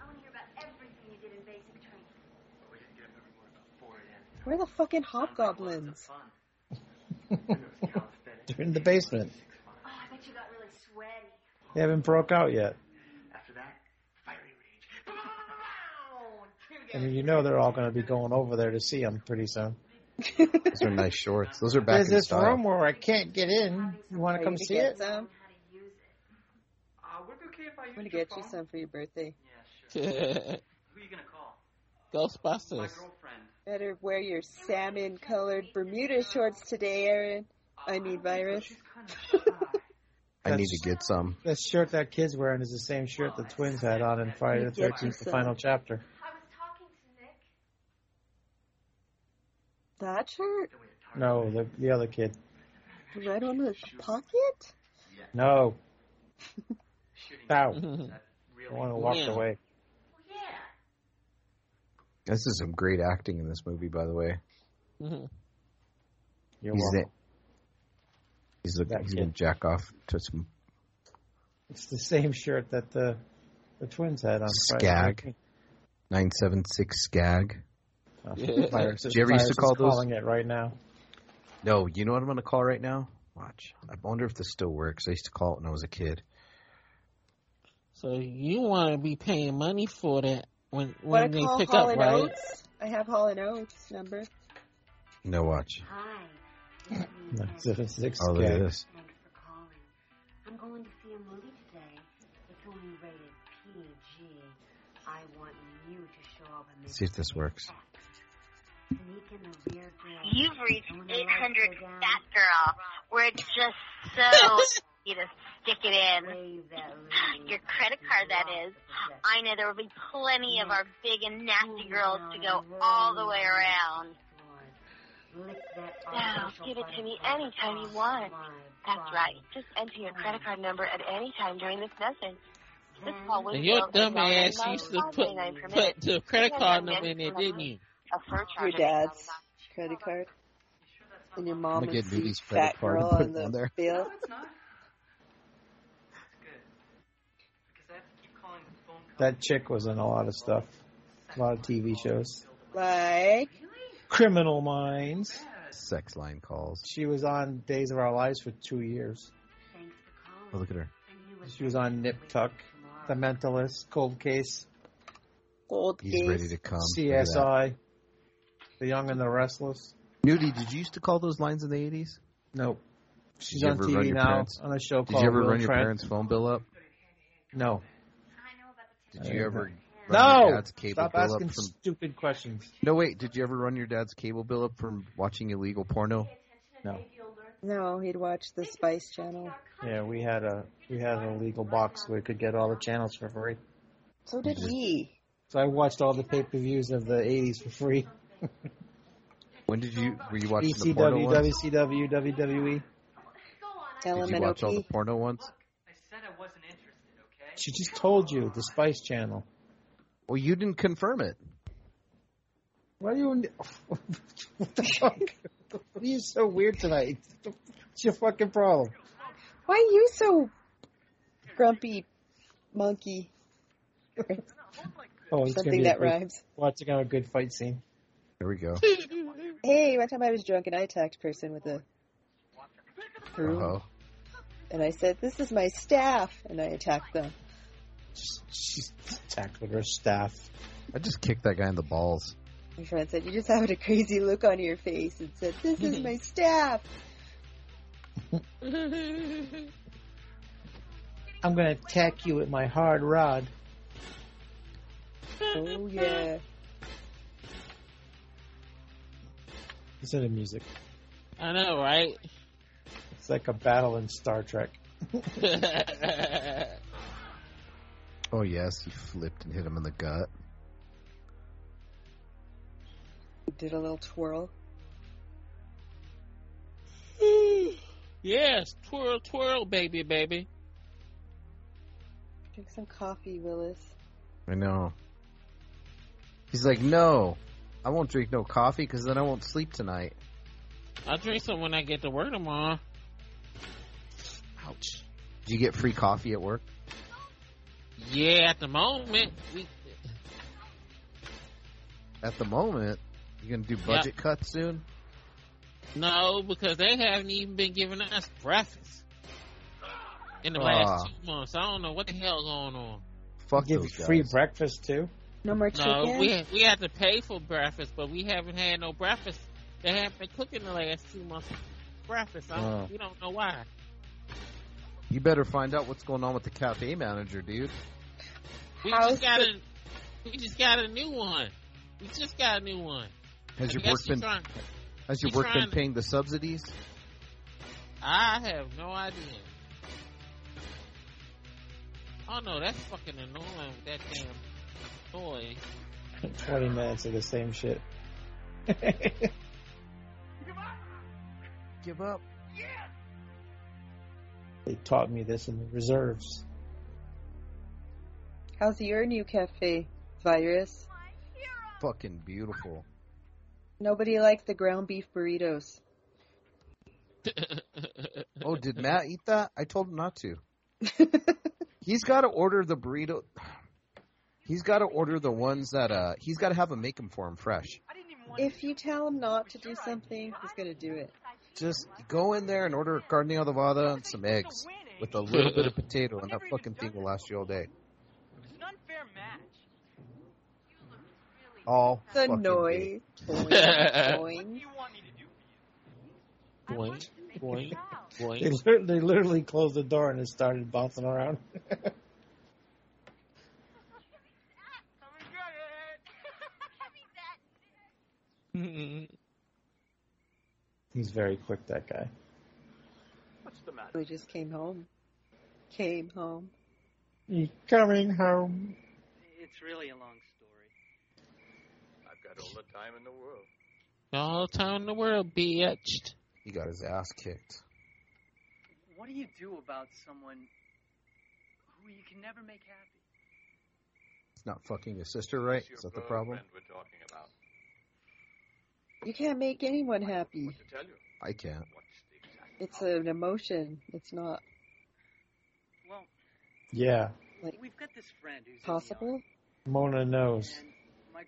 Speaker 8: I want to hear about everything you did in basic training.
Speaker 17: We didn't get up every morning about 4 a.m.
Speaker 11: Where are the fucking hobgoblins?
Speaker 10: They're in the basement.
Speaker 8: Oh, I bet you got really sweaty.
Speaker 10: They haven't broke out yet.
Speaker 17: After that, fiery rage.
Speaker 10: I mean, you know they're all gonna be going over there to see him pretty soon.
Speaker 9: Those are nice shorts. Those are back
Speaker 10: There's
Speaker 9: in
Speaker 10: this
Speaker 9: style.
Speaker 10: room where I can't get in. You want to come see it?
Speaker 11: Some?
Speaker 17: Uh, would it be okay if I
Speaker 11: I'm
Speaker 17: use
Speaker 11: gonna
Speaker 17: your
Speaker 11: get you
Speaker 17: phone?
Speaker 11: some for your birthday.
Speaker 17: Who are you gonna call? My
Speaker 12: Ghostbusters.
Speaker 17: girlfriend.
Speaker 11: Better wear your salmon colored Bermuda shorts today, Aaron. I need virus.
Speaker 9: I need to get some.
Speaker 10: That shirt that kid's wearing is the same shirt the twins had on in Friday the
Speaker 11: Yeah,
Speaker 10: Thirteenth, the
Speaker 11: so-
Speaker 10: final chapter.
Speaker 8: I was talking to Nick.
Speaker 11: That shirt?
Speaker 10: No, the the other kid.
Speaker 11: Right on the pocket?
Speaker 10: No. Ow.
Speaker 11: Is that
Speaker 10: I want to walk
Speaker 11: Yeah.
Speaker 10: away.
Speaker 9: This is some great acting in this movie, by the way.
Speaker 10: You're
Speaker 9: he's
Speaker 10: welcome.
Speaker 9: He's looking.
Speaker 10: That
Speaker 9: he's gonna
Speaker 10: kid.
Speaker 9: jack off to some
Speaker 10: It's the same shirt that the the twins had on
Speaker 9: Skag. nine seven six skag.
Speaker 10: Friday.
Speaker 9: Yeah.
Speaker 10: Virus is-
Speaker 9: Did you ever used to
Speaker 10: virus is
Speaker 9: call those-
Speaker 10: calling it right now.
Speaker 9: No, you know what I'm gonna call right now? Watch. I wonder if this still works. I used to call it when I was a kid.
Speaker 12: So you want to be paying money for that when when
Speaker 11: Want
Speaker 12: they
Speaker 11: to call
Speaker 12: pick
Speaker 11: Hall
Speaker 12: up,
Speaker 11: and
Speaker 12: right?
Speaker 11: Oates? I have Hall and Oates number.
Speaker 9: No, watch.
Speaker 10: Nine seven six
Speaker 9: Oh, look at
Speaker 10: Skag.
Speaker 9: this.
Speaker 5: I'm going to see a movie today. It's only rated PG. I want you to show up and
Speaker 9: See if this works.
Speaker 5: sneak in the rear grill. You've reached 800 Fat Girl. We're just so you to stick it in. Your credit card, that is. I know there will be plenty of our big and nasty girls to go all the way around. Now, give it to me anytime you want. That's right. Just enter your credit card number at any time during this message. This call will
Speaker 12: And
Speaker 5: be
Speaker 12: your
Speaker 5: over
Speaker 12: dumb
Speaker 5: in
Speaker 12: ass
Speaker 5: 99
Speaker 12: used to put
Speaker 5: per minute.
Speaker 12: put the credit
Speaker 5: Because
Speaker 12: card
Speaker 5: I'm
Speaker 12: number in there,
Speaker 5: ready
Speaker 12: didn't you?
Speaker 5: for A surcharge.
Speaker 11: Your dad's credit card. And your mom
Speaker 9: I'ma
Speaker 11: would
Speaker 9: get
Speaker 11: see
Speaker 9: Doobie's credit
Speaker 11: fat
Speaker 9: card and
Speaker 11: girl
Speaker 9: put
Speaker 11: on
Speaker 9: it
Speaker 11: the
Speaker 9: on there.
Speaker 11: bill.
Speaker 18: No, it's not. That's good. Because I have to keep calling the phone company.
Speaker 10: That chick was in a lot of stuff. A lot of TV shows.
Speaker 11: Like,
Speaker 10: Criminal Minds.
Speaker 9: Sex line calls.
Speaker 10: She was on Days of Our Lives for two years.
Speaker 9: Oh, look at her.
Speaker 10: She was on Nip Tuck, The Mentalist, Cold Case,
Speaker 11: Gold
Speaker 9: He's ready to come. Look Um, at that.
Speaker 10: CSI, The Young and the Restless.
Speaker 9: Nudie, did you used to call those lines in the 80s?
Speaker 10: Nope. She's
Speaker 9: you
Speaker 10: on
Speaker 9: ever run
Speaker 10: TV
Speaker 9: your
Speaker 10: now
Speaker 9: parents-
Speaker 10: on a show
Speaker 9: Did
Speaker 10: called
Speaker 9: you ever
Speaker 10: Will
Speaker 9: run your
Speaker 10: Trent.
Speaker 9: parents' phone bill up?
Speaker 10: No.
Speaker 9: Did you ever? run your
Speaker 10: No!
Speaker 9: dad's cable
Speaker 10: Stop
Speaker 9: bill up
Speaker 10: asking
Speaker 9: from-
Speaker 10: stupid questions.
Speaker 9: No, wait. Did you ever run your dad's cable bill up from watching illegal porno?
Speaker 10: No.
Speaker 11: no, he'd watch the Spice Channel.
Speaker 10: Yeah, we had a we had a legal box where we could get all the channels for free.
Speaker 11: So did we.
Speaker 10: So I watched all the pay per views of the eighties for free. E
Speaker 9: When did you? Were you watching the porno
Speaker 10: ECW,
Speaker 9: ones?
Speaker 10: WCW, WWE.
Speaker 9: Did you watch all the porno ones?
Speaker 18: I said I wasn't interested, okay?
Speaker 10: She just told you the Spice Channel.
Speaker 9: Well, you didn't confirm it.
Speaker 10: Why are you? what the fuck? Why are you so weird tonight? What's your fucking problem?
Speaker 11: Why are you so grumpy monkey?
Speaker 10: Oh, it's
Speaker 11: Something
Speaker 10: gonna be a
Speaker 11: that
Speaker 10: good,
Speaker 11: rhymes.
Speaker 10: Watching on a good fight scene.
Speaker 9: There we go.
Speaker 11: Hey, one time I was drunk and I attacked a person with a broom.
Speaker 9: Oh,
Speaker 11: And I said, This is my staff. And I attacked them.
Speaker 10: She's attacked with her staff.
Speaker 9: I just kicked that guy in the balls.
Speaker 11: My friend said, You're just having a crazy look on your face. And said, This is my staff.
Speaker 10: I'm gonna attack you with my hard rod.
Speaker 11: Oh, yeah.
Speaker 10: Listen to music.
Speaker 12: I know, right?
Speaker 10: It's like a battle in Star Trek.
Speaker 9: Oh yes, he flipped and hit him in the gut.
Speaker 11: Did a little twirl.
Speaker 12: yes, twirl, twirl, baby, baby.
Speaker 11: Drink some coffee, Willis.
Speaker 9: I know. He's like, no, I won't drink no coffee because then I won't sleep tonight.
Speaker 12: I'll drink some when I get to work tomorrow. Ouch.
Speaker 9: Do you get free coffee at work?
Speaker 12: Yeah, at the moment, we,
Speaker 9: At the moment, you're gonna do budget cuts soon.
Speaker 12: no, because they haven't even been giving us breakfast in the last
Speaker 9: Aw.
Speaker 12: two months. I don't know what the hell going on.
Speaker 9: Fuck
Speaker 10: Give you
Speaker 9: those
Speaker 10: free
Speaker 9: guys.
Speaker 10: breakfast too.
Speaker 11: No more
Speaker 12: No,
Speaker 11: chicken?
Speaker 12: we we had to pay for breakfast, but we haven't had no breakfast. They haven't been cooking the last two months of breakfast. I don't,
Speaker 9: Oh.
Speaker 12: We don't know why.
Speaker 9: You better find out what's going on with the cafe manager, dude.
Speaker 12: We
Speaker 11: How's
Speaker 12: just got
Speaker 11: the-
Speaker 12: a we just got a new one. We just got a new one.
Speaker 9: Has
Speaker 12: I
Speaker 9: your
Speaker 12: guess
Speaker 9: work
Speaker 12: she's
Speaker 9: been
Speaker 12: trying-
Speaker 9: has your
Speaker 12: she's
Speaker 9: work been
Speaker 12: trying to-
Speaker 9: paying the subsidies?
Speaker 12: I have no idea. Oh no, that's fucking annoying with that damn toy.
Speaker 10: Twenty minutes of the same shit.
Speaker 9: Give up.
Speaker 10: They taught me this in the reserves.
Speaker 11: How's your new cafe, Virus?
Speaker 9: Fucking beautiful.
Speaker 11: Nobody likes the ground beef burritos.
Speaker 9: oh, did Matt eat that? I told him not to. he's got to order the burrito. He's got to order the ones that uh. He's got to have them make them for him fresh.
Speaker 11: If you tell him not to do something, he's gonna do it.
Speaker 9: Just go in there and order a carne al vada and some eggs with a little bit of potato, and that fucking thing will last you all day.
Speaker 19: It's an unfair match.
Speaker 9: All
Speaker 11: The
Speaker 9: fucking
Speaker 11: noise.
Speaker 9: day.
Speaker 11: Boing.
Speaker 10: Boing, boing, boing. They, lit- they literally closed the door and it started bouncing around. He's very quick, that guy.
Speaker 11: What's the matter? We just came home. Came home.
Speaker 10: He's coming home.
Speaker 17: It's really a long story.
Speaker 4: I've got all the time in the world.
Speaker 12: All the time in the world, bitch.
Speaker 9: He got his ass kicked.
Speaker 17: What do you do about someone who you can never make happy?
Speaker 9: He's not fucking his sister, right?
Speaker 4: Your
Speaker 9: Is that the
Speaker 4: girl
Speaker 9: problem?
Speaker 4: friend we're talking about.
Speaker 11: You can't make anyone happy.
Speaker 4: To tell you,
Speaker 9: I can't.
Speaker 11: It's an emotion. It's not
Speaker 17: Well,
Speaker 10: Yeah,
Speaker 11: like
Speaker 17: we've got this friend who's in the
Speaker 11: possible.
Speaker 10: Mona knows.
Speaker 17: army,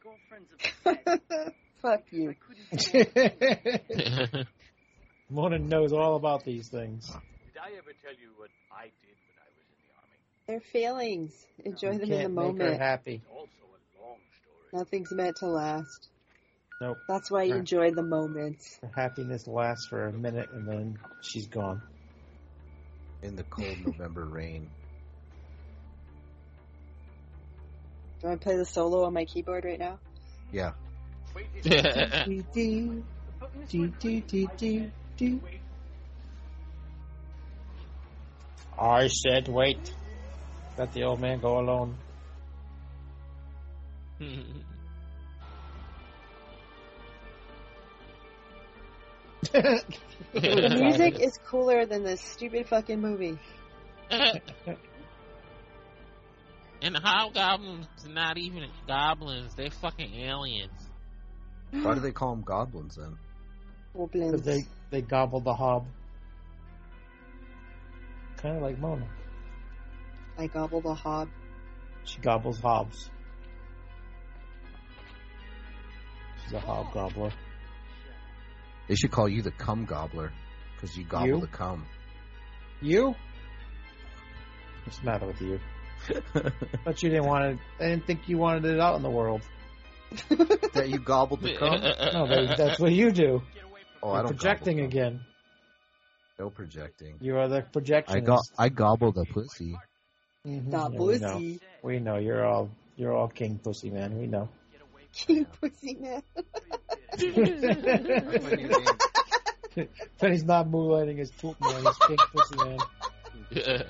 Speaker 17: and my girlfriend's upset.
Speaker 11: Fuck you.
Speaker 10: Mona knows all about these things.
Speaker 4: did I ever tell you what I did when I was in the army?
Speaker 11: Their feelings. Enjoy
Speaker 10: You
Speaker 11: them in the
Speaker 10: can't make her
Speaker 11: moment.
Speaker 10: happy.
Speaker 4: It's also a long story.
Speaker 11: Nothing's meant to last.
Speaker 10: Nope.
Speaker 11: That's why you
Speaker 10: Right.
Speaker 11: enjoy the moments.
Speaker 10: Her happiness lasts for a minute and then she's gone.
Speaker 9: In the cold November rain.
Speaker 11: Do I play the solo on my keyboard right now?
Speaker 9: Yeah.
Speaker 4: Wait,
Speaker 11: do, do, do, do, do, do.
Speaker 10: I said wait. Let the old man go alone.
Speaker 11: The music is cooler than this stupid fucking movie.
Speaker 12: and the hobgoblins are not even goblins, they're fucking aliens.
Speaker 9: Why do they call them goblins then?
Speaker 11: Goblins.
Speaker 10: 'Cause they, they gobbled the hob. Kind of like Mona.
Speaker 11: I gobble the hob.
Speaker 10: She gobbles hobs. She's a hobgobbler.
Speaker 9: They should call you the cum gobbler because you gobble
Speaker 10: You?
Speaker 9: the cum.
Speaker 10: You? What's the matter with you? But you didn't want to. I didn't think you wanted it out in the world.
Speaker 9: that you gobbled the cum?
Speaker 10: No, that, that's what you do.
Speaker 9: Oh,
Speaker 10: You're
Speaker 9: I don't
Speaker 10: projecting
Speaker 9: gobble
Speaker 10: again.
Speaker 9: cum. No projecting.
Speaker 10: You are the projectionist.
Speaker 9: I go- I gobble the pussy.
Speaker 10: Mhm,
Speaker 11: Da
Speaker 10: yeah, we know.
Speaker 11: pussy.
Speaker 10: We know you're all you're all king pussy man. We know.
Speaker 11: King pussy man.
Speaker 10: but he's not moonlighting his poop man. He's king pussy man.
Speaker 11: King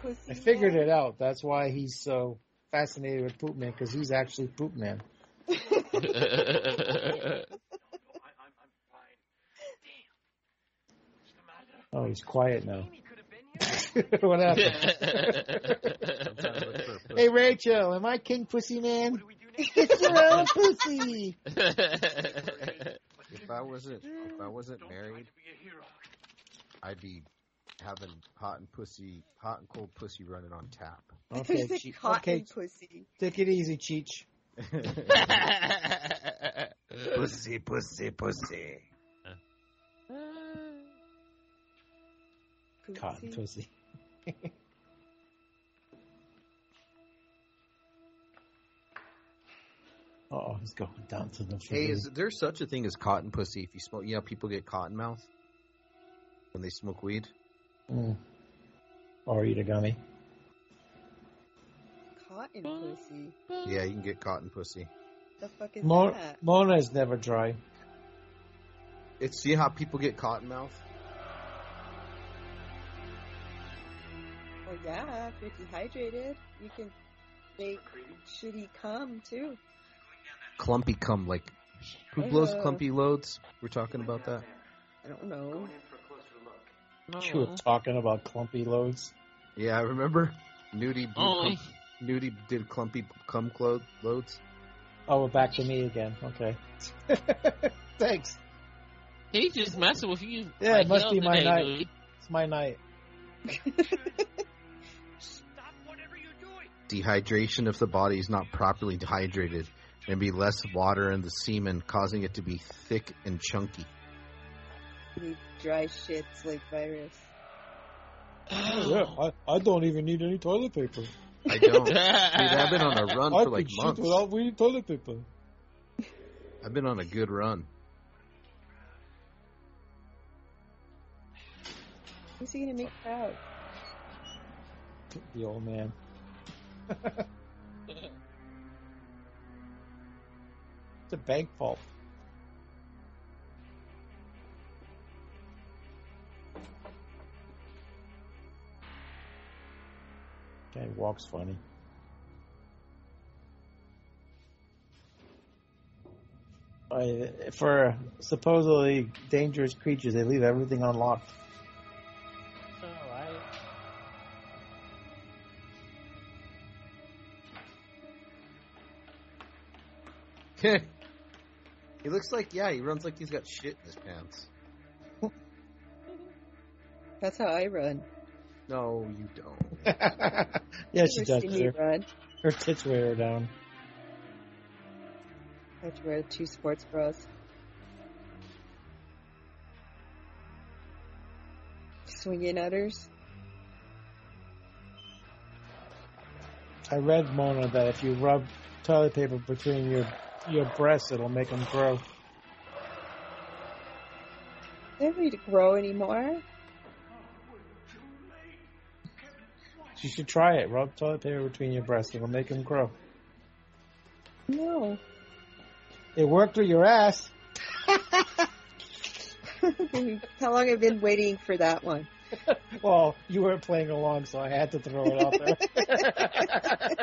Speaker 11: pussy
Speaker 10: I figured it out. That's why he's so fascinated with poop man because he's actually poop man.
Speaker 4: I, I'm, I'm fine. What's the matter?
Speaker 10: Oh, he's quiet now.
Speaker 17: Amy could have been here.
Speaker 10: what happened? hey Rachel, am I king pussy man? It's your own pussy.
Speaker 9: If I wasn't if I wasn't married,
Speaker 4: Be a hero.
Speaker 9: I'd be having hot and pussy, hot and cold pussy running on tap.
Speaker 10: Okay,
Speaker 11: There's a
Speaker 10: Cheech.
Speaker 11: cotton
Speaker 10: okay,
Speaker 11: pussy.
Speaker 10: take it easy, Cheech.
Speaker 9: pussy, pussy, pussy.
Speaker 10: Cotton
Speaker 11: Pussy.
Speaker 10: pussy. oh, he's going down to the.
Speaker 9: Hey, is there such a thing as cotton pussy? If you smoke, you know, people get cotton mouth when they smoke weed.
Speaker 10: Mm. Or eat a gummy.
Speaker 11: Cotton pussy.
Speaker 9: Yeah, you can get cotton pussy.
Speaker 11: The fuck is
Speaker 10: Mo-
Speaker 11: that?
Speaker 10: Mona is never dry.
Speaker 9: It's see how people get cotton mouth.
Speaker 11: Well, yeah, if you're dehydrated, you can make shitty cum too.
Speaker 9: Clumpy cum, like who blows
Speaker 11: Ew.
Speaker 9: clumpy loads? We're talking about that.
Speaker 11: I don't know.
Speaker 17: Going in for a closer look.
Speaker 10: You were talking about clumpy loads.
Speaker 9: Yeah, I remember. Nudie, did
Speaker 10: Oh.
Speaker 9: clump, Nudie did clumpy cum clo- loads.
Speaker 10: Oh, we're back to me again. Okay. Thanks.
Speaker 12: He just messing with you.
Speaker 10: Yeah,
Speaker 12: like
Speaker 10: it must
Speaker 12: hell
Speaker 10: be my
Speaker 12: today,
Speaker 10: night.
Speaker 12: dude.
Speaker 10: It's my night.
Speaker 9: Dehydration if the body is not properly dehydrated, and be less water in the semen, causing it to be thick and chunky.
Speaker 11: You dry shits like virus.
Speaker 10: I, I don't even need any toilet paper.
Speaker 9: I don't. Dude, I've been on a run
Speaker 10: I
Speaker 9: for like
Speaker 10: could shit
Speaker 9: months.
Speaker 10: without needing toilet paper.
Speaker 9: I've been on a good run.
Speaker 11: Who's he gonna make proud?
Speaker 10: The old man. It's a bank vault. Guy walks funny. I, for supposedly dangerous creatures, they leave everything unlocked.
Speaker 12: Alright.
Speaker 9: he looks like yeah, he runs like he's got shit in his pants.
Speaker 11: That's how I run.
Speaker 9: No, you don't.
Speaker 10: Yeah, she
Speaker 11: Never
Speaker 10: does.
Speaker 11: seen me
Speaker 10: Her,
Speaker 11: run.
Speaker 10: her tits wear her down.
Speaker 11: I have to wear two sports bras. Swinging udders.
Speaker 10: I read Mona that if you rub toilet paper between your your breasts, it'll make them grow.
Speaker 11: They don't need to grow anymore.
Speaker 10: You should try it. Rub toilet paper between your breasts. It'll make them grow.
Speaker 11: No.
Speaker 10: It worked with your ass.
Speaker 11: how long I've been waiting for that one.
Speaker 10: Well, you weren't playing along, so I had to throw it out there.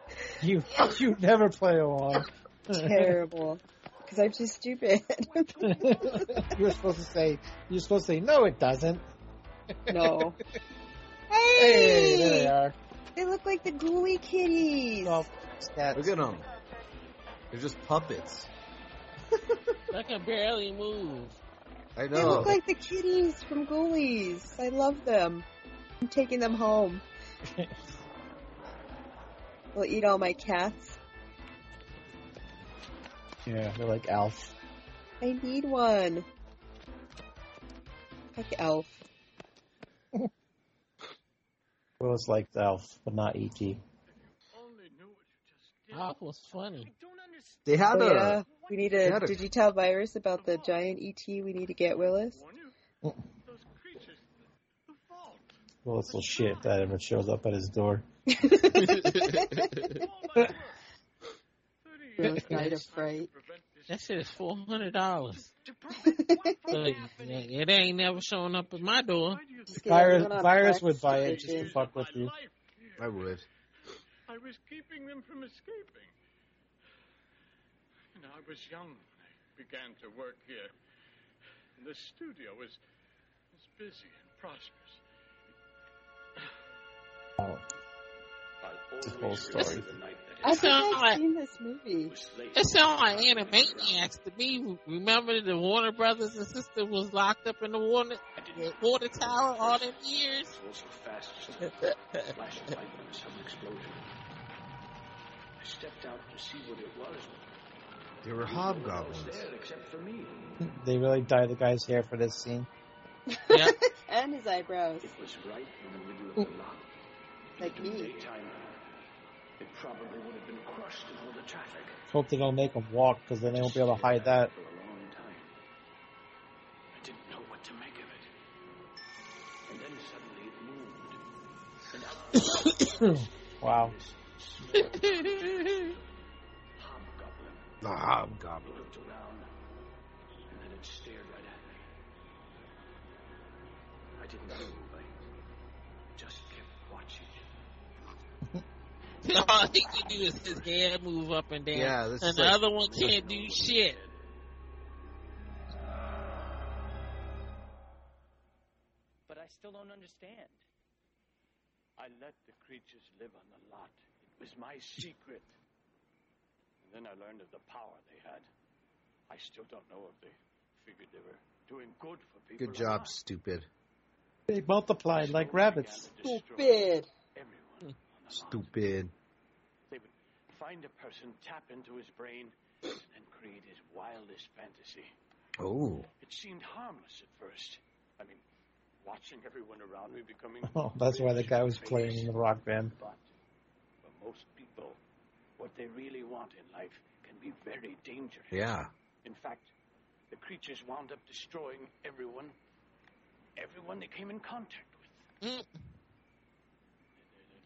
Speaker 10: you you never play along.
Speaker 11: Terrible. Because I'm just stupid.
Speaker 10: you're supposed to say you're supposed to say no, it doesn't.
Speaker 11: no.
Speaker 10: Hey, there Oh,
Speaker 11: Hey!
Speaker 10: they are.
Speaker 11: They look like the ghouly kitties.
Speaker 9: Look at them. They're just puppets.
Speaker 12: I can barely move.
Speaker 9: I
Speaker 11: They
Speaker 9: know.
Speaker 11: look like the kitties from Ghoulies. I love them. I'm taking them home. They'll eat all my cats.
Speaker 10: Yeah, they're like Alf.
Speaker 11: I need one. Like Elf.
Speaker 10: Well, it's like Alf, but not E ET.
Speaker 12: Alf was funny.
Speaker 9: They had
Speaker 11: Oh,
Speaker 9: a
Speaker 11: yeah. We need
Speaker 9: they
Speaker 11: a.
Speaker 9: had a-
Speaker 11: Did you tell Virus about the giant ET we need to get, Willis?
Speaker 10: Well, it's little shit if that ever shows up at his door.
Speaker 11: Night of fright.
Speaker 12: That shit is four hundred dollars. It ain't never showing up at my door.
Speaker 10: Virus, virus would buy it just to fuck with you.
Speaker 9: I would.
Speaker 20: I was keeping them from escaping. And I was young when I began to work here. And the studio was, was busy and prosperous.
Speaker 10: The whole story.
Speaker 12: It sound
Speaker 11: I've
Speaker 12: like
Speaker 11: seen this movie.
Speaker 12: it sound like Animaniacs to me. Remember the Warner Brothers and sister was locked up in the Warner Water Tower all them years.
Speaker 14: Also fast as the flash of light from a sudden explosion. I stepped out to see what it was.
Speaker 9: They were
Speaker 14: No one
Speaker 9: hobgoblins.
Speaker 14: was there except for me.
Speaker 10: They really dye the guy's hair for this scene.
Speaker 12: Yeah.
Speaker 11: and his eyebrows.
Speaker 14: It was right in the middle of the lot.
Speaker 11: Like
Speaker 14: In the
Speaker 11: me.
Speaker 14: daytime, it probably would have been crushed in all the traffic.
Speaker 10: Hope they don't make him walk, because then they won't be able to hide that.
Speaker 14: For a long time, I didn't know what to make of it. And then suddenly it moved. And out
Speaker 10: wow.
Speaker 14: hobgoblin.
Speaker 9: The
Speaker 14: It
Speaker 9: hobgoblin.
Speaker 14: looked around, and then it stared right at me. I didn't move. I just kept watching.
Speaker 12: All he can do is his head move up and down.
Speaker 9: Yeah, this
Speaker 12: and
Speaker 9: is
Speaker 12: the
Speaker 9: like-
Speaker 12: other one can't do shit.
Speaker 19: I still don't understand.
Speaker 14: I let the creatures live on the lot. It was my secret. And then I learned of the power they had. I still don't know if they figured they were doing good for people.
Speaker 21: Good
Speaker 14: or
Speaker 21: job,
Speaker 14: not.
Speaker 21: stupid.
Speaker 10: They multiplied like rabbits.
Speaker 11: Stupid.
Speaker 14: Everyone.
Speaker 21: Stupid.
Speaker 14: They would find a person, tap into his brain, and create his wildest fantasy.
Speaker 21: Oh.
Speaker 14: It seemed harmless at first. I mean, watching everyone around me becoming.
Speaker 10: Oh, that's why the guy was playing in the rock band.
Speaker 14: But for most people, what they really want in life can be very dangerous.
Speaker 21: Yeah.
Speaker 14: In fact, the creatures wound up destroying everyone, everyone they came in contact with. They're,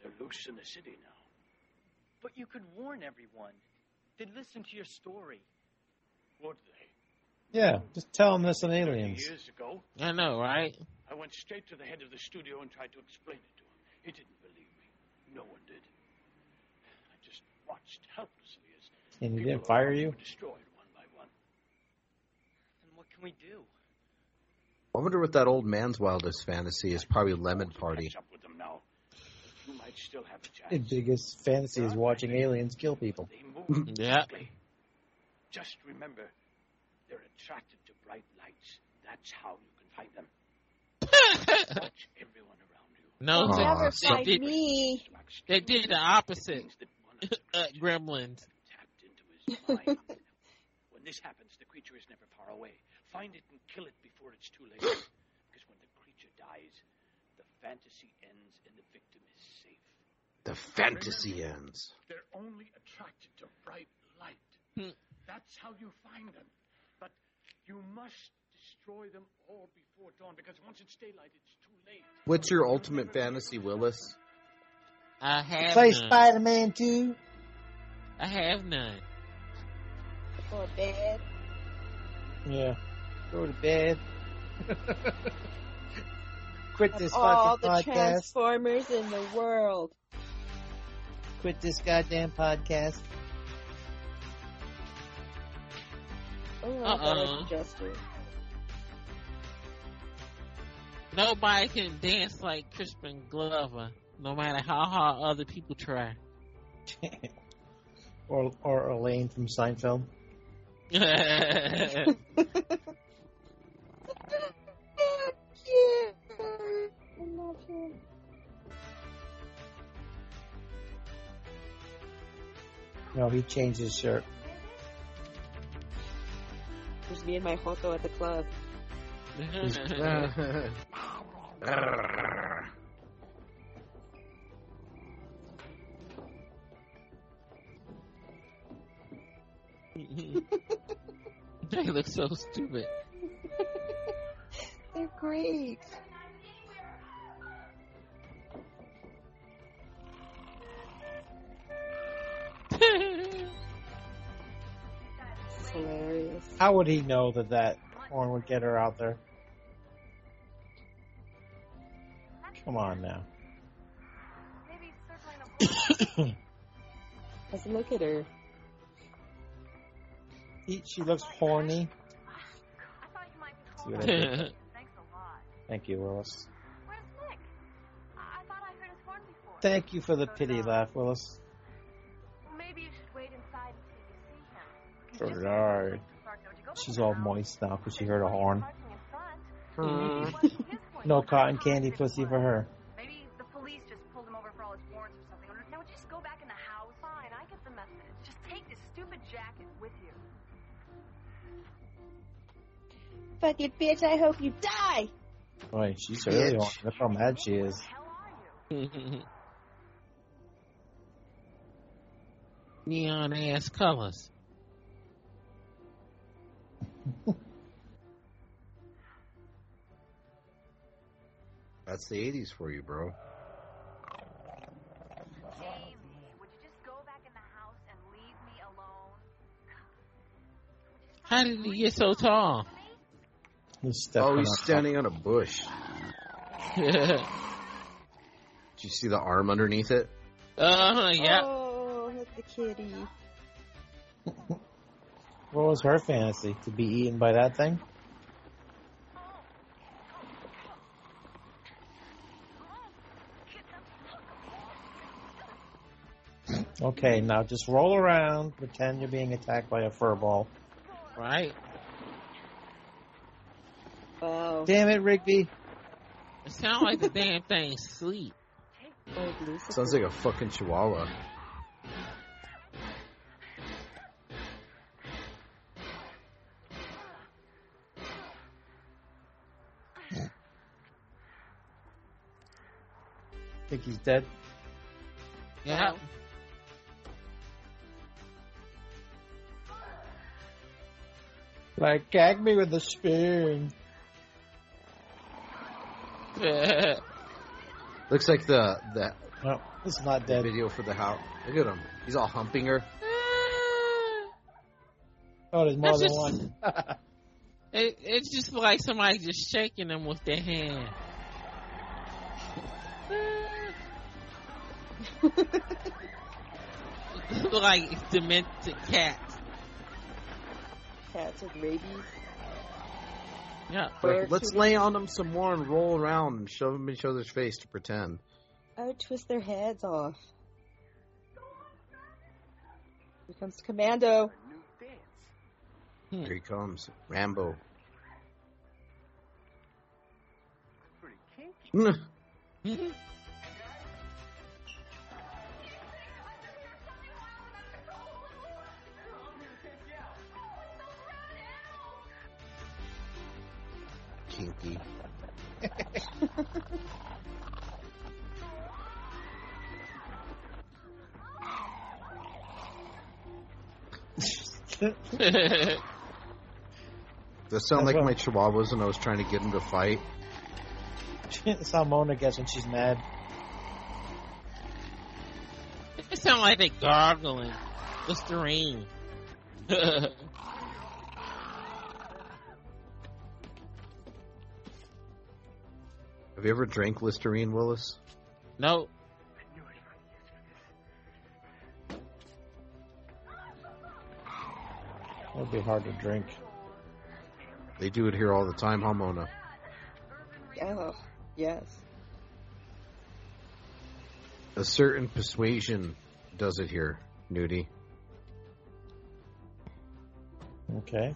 Speaker 14: they're loose in the city now.
Speaker 19: But you could warn everyone. They'd listen to your story.
Speaker 14: Would they?
Speaker 10: Yeah, just tell him this on aliens.
Speaker 14: Years ago,
Speaker 12: I know, right?
Speaker 14: I went straight to the head of the studio and tried to explain it to him. He didn't believe me. No one did. I just watched helplessly as
Speaker 10: And he
Speaker 14: people
Speaker 10: didn't fire
Speaker 14: around me
Speaker 10: you?
Speaker 14: were destroyed one by one.
Speaker 19: And what can we do?
Speaker 21: I wonder what that old man's wildest fantasy is. Probably lemon party.
Speaker 14: Catch up with them now. You might still have a
Speaker 10: His
Speaker 14: chance.
Speaker 10: biggest fantasy is watching aliens kill people.
Speaker 14: They move
Speaker 12: Yeah.
Speaker 14: quickly. Just remember, they're attracted to bright lights. That's how you can find them. Watch everyone around you.
Speaker 12: No,
Speaker 21: Aw,
Speaker 12: they-
Speaker 21: Never
Speaker 12: they, did,
Speaker 11: me.
Speaker 12: they did the opposite. Uh, gremlins.
Speaker 14: Tapped into his mind. when this happens, the creature is never far away. Find it and kill it before it's too late. Because when the creature dies, the fantasy ends and the victim is safe.
Speaker 21: The fantasy ends.
Speaker 14: They're only attracted to bright light. That's how you find them. But you must destroy them all before dawn, because once it's daylight, it's too late.
Speaker 21: What's your ultimate fantasy, Willis?
Speaker 12: I have
Speaker 22: Play
Speaker 12: none.
Speaker 22: Spider Man 2.
Speaker 12: I have none.
Speaker 11: Go to bed.
Speaker 10: Yeah. Go to bed. Quit
Speaker 11: Of
Speaker 10: this
Speaker 11: all
Speaker 10: fucking
Speaker 11: the
Speaker 10: podcast.
Speaker 11: Transformers in the world.
Speaker 22: Quit this goddamn podcast.
Speaker 11: Oh, I got
Speaker 12: Uh-uh.
Speaker 11: a adjuster.
Speaker 12: Nobody can dance like Crispin Glover, no matter how hard other people try.
Speaker 10: Or, or Elaine from Seinfeld.
Speaker 12: yeah,
Speaker 11: I love you.
Speaker 10: No, he changed his shirt.
Speaker 11: There's me and my Joto at the club.
Speaker 12: they look so stupid.
Speaker 11: They're great. It's hilarious.
Speaker 10: How would he know that that porn would get her out there? Come on now.
Speaker 11: Just look at her.
Speaker 10: He, she looks horny.
Speaker 2: Ah,
Speaker 10: See what I did? Thank you, Willis. Thank you for the pity laugh, Willis.
Speaker 2: uh, Maybe you should wait inside until you see him.
Speaker 10: So did I. She's all moist now because she heard a horn. No cotton candy pussy for her.
Speaker 2: Maybe the police just pulled him over for all his warrants or something. Now just go back in the house. Fine, I get the message. Just take this stupid jacket with you.
Speaker 11: Fucking bitch, I hope you die!
Speaker 10: Boy, she's really
Speaker 21: Bitch.
Speaker 10: horny. Look how mad she is.
Speaker 12: Neon ass colors.
Speaker 21: That's the 80s for you, bro.
Speaker 2: Jamie, would you just go back in the house and leave me alone?
Speaker 12: How did he get so tall?
Speaker 10: He's stepping
Speaker 21: Oh, he's
Speaker 10: on-
Speaker 21: standing on a bush.
Speaker 12: uh
Speaker 21: Do you see the arm underneath it?
Speaker 12: huh. Yeah.
Speaker 11: Oh, hit the kitty.
Speaker 10: What was her fantasy? To be eaten by that thing? Okay, now just roll around, pretend you're being attacked by a furball.
Speaker 12: Right.
Speaker 11: Wow.
Speaker 23: Damn it, Rigby.
Speaker 12: It sounds like the damn thing sleep.
Speaker 9: Sounds like a fucking chihuahua.
Speaker 10: Think he's dead?
Speaker 12: Yeah.
Speaker 10: Like, gag me with a spoon.
Speaker 9: Looks like the the
Speaker 10: No, it's not dead.
Speaker 9: video for the house. Look at him. He's all humping her.
Speaker 10: Oh, there's more
Speaker 12: That's
Speaker 10: than
Speaker 12: just-
Speaker 10: one.
Speaker 12: It, it's just like somebody just shaking them with their hand. like demented cats.
Speaker 11: Cats with rabies.
Speaker 12: Yeah.
Speaker 11: Where
Speaker 9: Let's
Speaker 11: to-
Speaker 9: lay on them some more and roll around and shove them in each other's face to pretend.
Speaker 11: I would twist their heads off. Here comes Commando.
Speaker 9: Here he comes, Rambo. Mm. Kinky. Those sound like my chihuahuas when I was trying to get him to fight.
Speaker 10: That's how Mona gets when she's mad.
Speaker 12: It sounds like they gargling. Listerine.
Speaker 9: Have you ever drank Listerine, Willis?
Speaker 12: no.
Speaker 10: That would be hard to drink.
Speaker 9: They do it here all the time, huh, Mona?
Speaker 11: Oh, yes.
Speaker 9: A certain persuasion does it here, Nudie.
Speaker 10: Okay.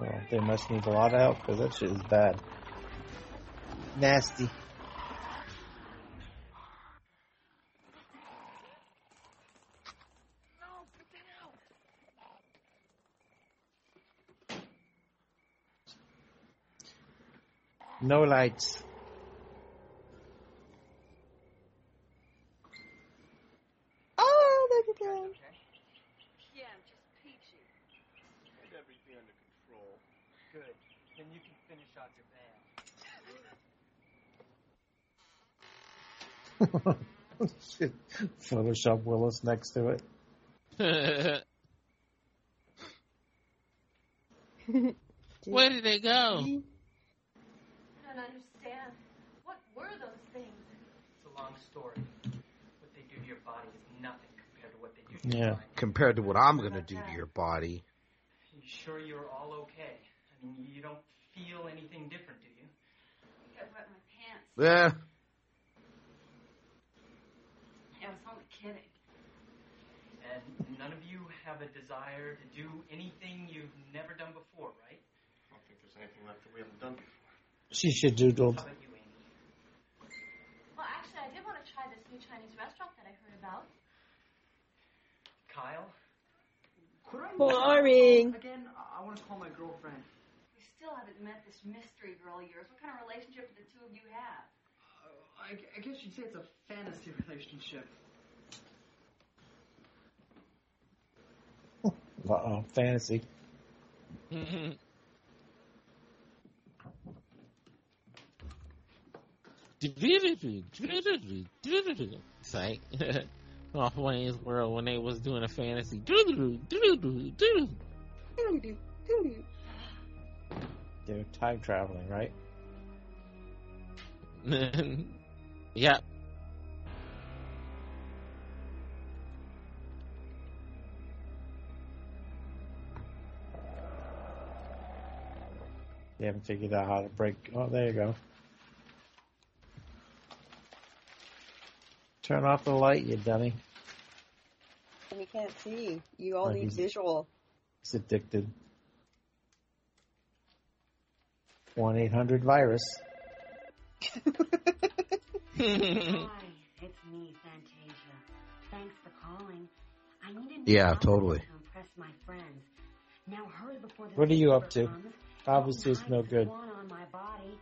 Speaker 10: Well, they must need a lot of help because that shit is bad.
Speaker 23: Nasty.
Speaker 10: No lights.
Speaker 11: Oh, look at them.
Speaker 2: Yeah, I'm just peachy.
Speaker 24: Get everything under control.
Speaker 14: Good. Then you can finish out your band.
Speaker 10: Shit. Photoshop Willis next to it.
Speaker 12: Where did they go?
Speaker 2: I don't understand. What were those things?
Speaker 14: It's a long story. What they do to your body is nothing compared to what they do to your
Speaker 10: Yeah.
Speaker 14: mind.
Speaker 9: Compared to what I'm going to do to your body.
Speaker 14: Are you uh, sure you're all okay? I mean, you don't feel anything different, do you?
Speaker 2: I got wet in my pants.
Speaker 9: Eh,
Speaker 2: I was only kidding.
Speaker 14: And none of you have a desire to do anything you've never done before, right?
Speaker 24: I don't think there's anything left that we haven't done before.
Speaker 10: She should doodle.
Speaker 14: How about you, Amy?
Speaker 2: Well, actually, I did want to try this new Chinese restaurant that I heard about.
Speaker 14: Kyle?
Speaker 11: Boring.
Speaker 2: Again, I want to call my girlfriend. We still haven't met this mystery girl of yours. What kind of relationship do the two of you have?
Speaker 24: Oh, I, I guess you'd say it's a fantasy relationship.
Speaker 10: Uh oh, fantasy.
Speaker 12: it's like off Wayne's World when they was doing a fantasy.
Speaker 11: Doo-doo, doo-doo.
Speaker 10: They're time traveling, right?
Speaker 12: yep.
Speaker 10: They haven't figured out how to break. Oh, there you go. Turn off the light, you dummy.
Speaker 11: can't see. You all
Speaker 10: Like
Speaker 11: need
Speaker 10: he's-
Speaker 11: visual.
Speaker 10: He's addicted. 1 800 virus.
Speaker 5: Hi, it's me, Fantasia. Thanks for calling. I needed
Speaker 9: Yeah,
Speaker 5: help
Speaker 9: totally.
Speaker 5: to impress my friends. Now hurry before the
Speaker 10: What are you
Speaker 5: fever
Speaker 10: up to?
Speaker 5: comes.
Speaker 10: Obviously, it's no good.
Speaker 5: One on my body.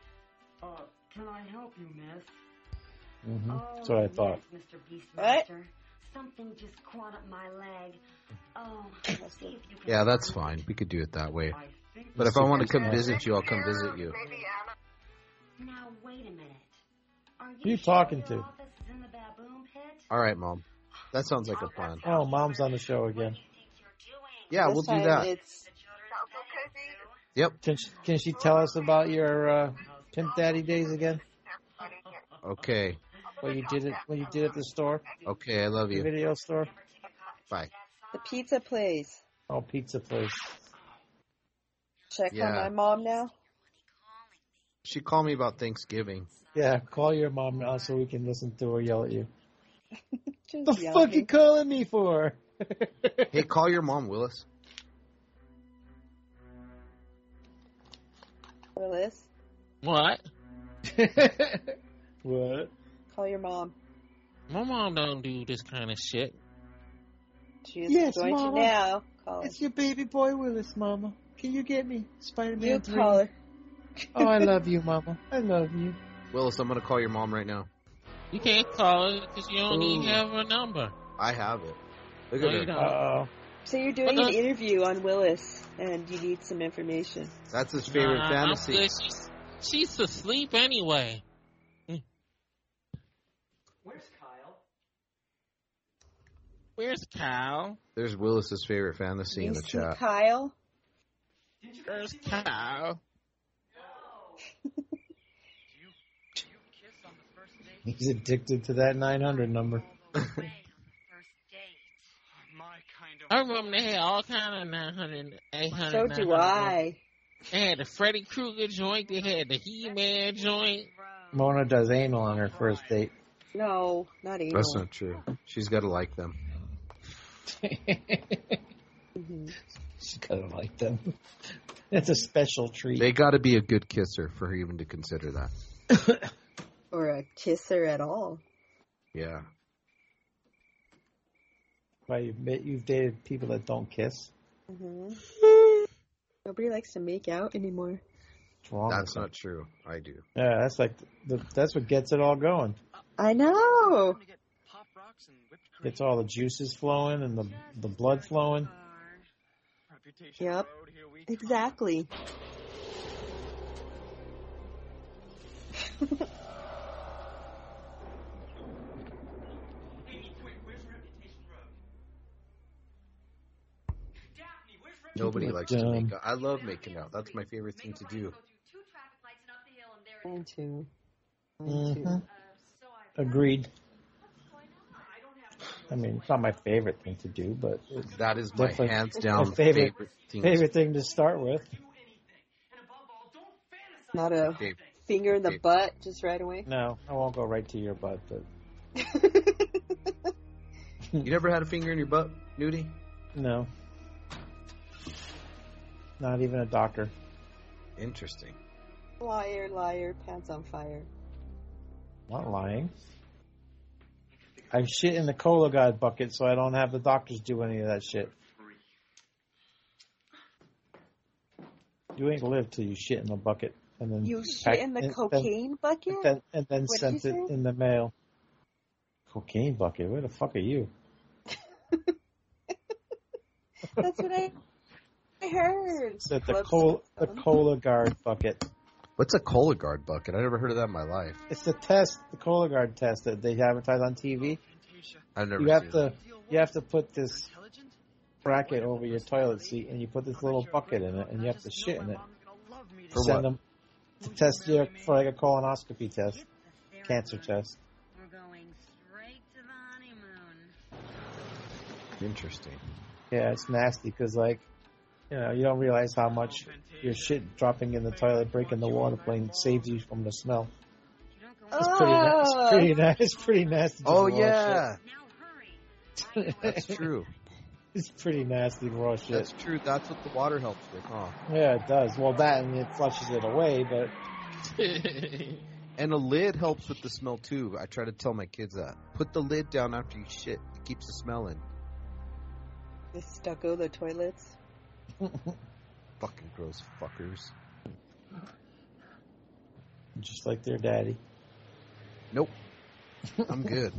Speaker 5: Uh, can I help you, miss?
Speaker 10: hmm
Speaker 5: Oh,
Speaker 10: That's what I thought.
Speaker 5: Yes, Mr. Beastmaster. Something just caught up my leg. Oh, see if you can
Speaker 9: Yeah, that's fine. We could do it that way.
Speaker 5: think
Speaker 9: But if I want to come
Speaker 10: Superstar.
Speaker 9: visit you, I'll come visit you.
Speaker 5: Now, wait a minute. Are you,
Speaker 10: Who you talking
Speaker 5: sure your
Speaker 10: to?
Speaker 5: office is in the baboon pit?
Speaker 9: All right, mom. That sounds like a plan.
Speaker 10: Oh, mom's on the show again.
Speaker 9: Yeah,
Speaker 10: This
Speaker 9: we'll do
Speaker 10: time
Speaker 9: that.
Speaker 11: It's
Speaker 9: Yep.
Speaker 10: Can she, can she tell us about your uh, Pimp Daddy days again?
Speaker 9: Okay.
Speaker 10: What you did it? What you did at the store?
Speaker 9: Okay, I love
Speaker 10: The
Speaker 9: you.
Speaker 10: video store?
Speaker 9: Bye.
Speaker 11: the pizza place.
Speaker 10: Oh, pizza place.
Speaker 11: Check
Speaker 9: Yeah.
Speaker 11: on my mom now.
Speaker 9: She called me about Thanksgiving.
Speaker 10: Yeah, call your mom now so we can listen to her yell at you.
Speaker 11: Just
Speaker 10: The
Speaker 11: yell.
Speaker 10: fuck you calling me for?
Speaker 9: Hey, call your mom, Willis.
Speaker 11: Willis,
Speaker 12: What?
Speaker 10: what?
Speaker 11: call your mom.
Speaker 12: My mom don't do this kind of shit.
Speaker 11: She is
Speaker 10: Yes,
Speaker 11: going
Speaker 10: Mama.
Speaker 11: to now. Call
Speaker 10: It's your baby boy, Willis, Mama. Can you get me Spider-Man?
Speaker 11: You
Speaker 10: 3?
Speaker 11: call her.
Speaker 10: Oh, I love you, Mama. I love you.
Speaker 9: Willis, I'm going to call your mom right now.
Speaker 12: You can't call her because you don't even
Speaker 9: Ooh.
Speaker 12: have her number.
Speaker 9: I have it. Look
Speaker 12: No,
Speaker 9: at
Speaker 12: you
Speaker 9: her.
Speaker 12: don't.
Speaker 10: Uh,
Speaker 11: So you're doing
Speaker 12: What
Speaker 11: an
Speaker 12: the-
Speaker 11: interview on Willis, and you need some information.
Speaker 9: That's his favorite
Speaker 12: Nah, Uh, I'm
Speaker 9: fantasy.
Speaker 12: good. She's, she's asleep anyway.
Speaker 17: Where's Kyle?
Speaker 12: Where's Kyle?
Speaker 9: There's Willis's favorite fantasy in
Speaker 11: you
Speaker 9: the
Speaker 11: see
Speaker 9: chat.
Speaker 11: Kyle?
Speaker 12: Where's Kyle?
Speaker 17: Kiss on the first date?
Speaker 10: he's addicted to that 900 number.
Speaker 17: My kind of.
Speaker 12: I remember they had all kind of 900, 800.
Speaker 11: So do
Speaker 12: 900.
Speaker 11: I.
Speaker 12: They had the Freddy Krueger joint. They had the He-Man joint.
Speaker 10: Mona does anal on her first date.
Speaker 11: No, not anal.
Speaker 9: That's not true. She's got to like them.
Speaker 10: She's gotta like them. That's a special treat.
Speaker 9: They got to be a good kisser for her even to consider that.
Speaker 11: Or a kisser at all.
Speaker 9: Yeah.
Speaker 10: Why you admit you've dated people that don't kiss?
Speaker 11: hmm Nobody likes to make out anymore.
Speaker 10: What's wrong?
Speaker 9: That's
Speaker 10: with them?
Speaker 9: not true. I do.
Speaker 10: Yeah, that's like the, that's what gets it all going.
Speaker 11: I know.
Speaker 17: Pop rocks and whipped cream.
Speaker 10: Gets all the juices flowing and the the blood flowing.
Speaker 17: Reputation
Speaker 11: Yep.
Speaker 17: road, here we come.
Speaker 11: Exactly.
Speaker 17: Hey, wait, where's Reputation Road? Daphne, where's Reputation
Speaker 9: Nobody
Speaker 10: People are
Speaker 9: likes to make
Speaker 10: dumb.
Speaker 9: out. I love making out. That's my favorite thing to do.
Speaker 11: Mine too. Mine too.
Speaker 10: hmm Agreed. I mean, it's not my favorite thing to do, but it's
Speaker 9: That is my
Speaker 10: Definitely.
Speaker 9: hands down
Speaker 10: My favorite-
Speaker 9: favorite, thing.
Speaker 10: favorite thing to start with.
Speaker 11: Not a
Speaker 9: Favorite.
Speaker 11: finger in the
Speaker 9: Okay.
Speaker 11: butt just right away.
Speaker 10: No, I won't go right to your butt, but
Speaker 9: You never had a finger in your butt, Nudie?
Speaker 10: no, not even a doctor.
Speaker 9: Interesting.
Speaker 11: liar, liar, pants on fire.
Speaker 10: Not lying. I shit in the cola god bucket, so I don't have the doctors do any of that shit. You ain't live till you shit in the bucket, and then
Speaker 11: You
Speaker 10: pack-
Speaker 11: shit in the
Speaker 10: and
Speaker 11: cocaine
Speaker 10: then,
Speaker 11: bucket?
Speaker 10: and then, and then
Speaker 11: What did you
Speaker 10: sent it
Speaker 11: say?
Speaker 10: in the mail. Cocaine bucket. Where the fuck are you?
Speaker 11: That's what I, I heard.
Speaker 10: Said the
Speaker 11: Whoops.
Speaker 10: cola the cola guard bucket.
Speaker 9: What's a cola guard bucket? I never heard of that in my life.
Speaker 10: It's the test, the cola guard test that they advertise on TV.
Speaker 9: I've never
Speaker 10: You have
Speaker 9: seen it.
Speaker 10: to you have to put this bracket over your toilet seat, and you put this little bucket in it, and you have to shit in it.
Speaker 9: For
Speaker 10: send
Speaker 9: what?
Speaker 10: them to test you for like a colonoscopy test, cancer test.
Speaker 5: We're going straight to the honeymoon.
Speaker 9: Interesting.
Speaker 10: Yeah, it's nasty because like, you know, you don't realize how much your shit dropping in the toilet, breaking the water plane, saves you from the smell. It's pretty, na- it's pretty, na- it's pretty nasty. just
Speaker 9: Oh
Speaker 10: raw
Speaker 9: yeah,
Speaker 5: Now hurry.
Speaker 10: shit.
Speaker 9: that's true.
Speaker 10: It's pretty nasty raw shit.
Speaker 9: That's true. That's what the water helps with, huh?
Speaker 10: Yeah, it does. Well, that and it flushes it away, but
Speaker 9: and a lid helps with the smell too. I try to tell my kids that. Put the lid down after you shit. It keeps the smell in.
Speaker 11: The stucco, the toilets.
Speaker 9: Fucking gross fuckers.
Speaker 10: just like their daddy.
Speaker 9: Nope. I'm good.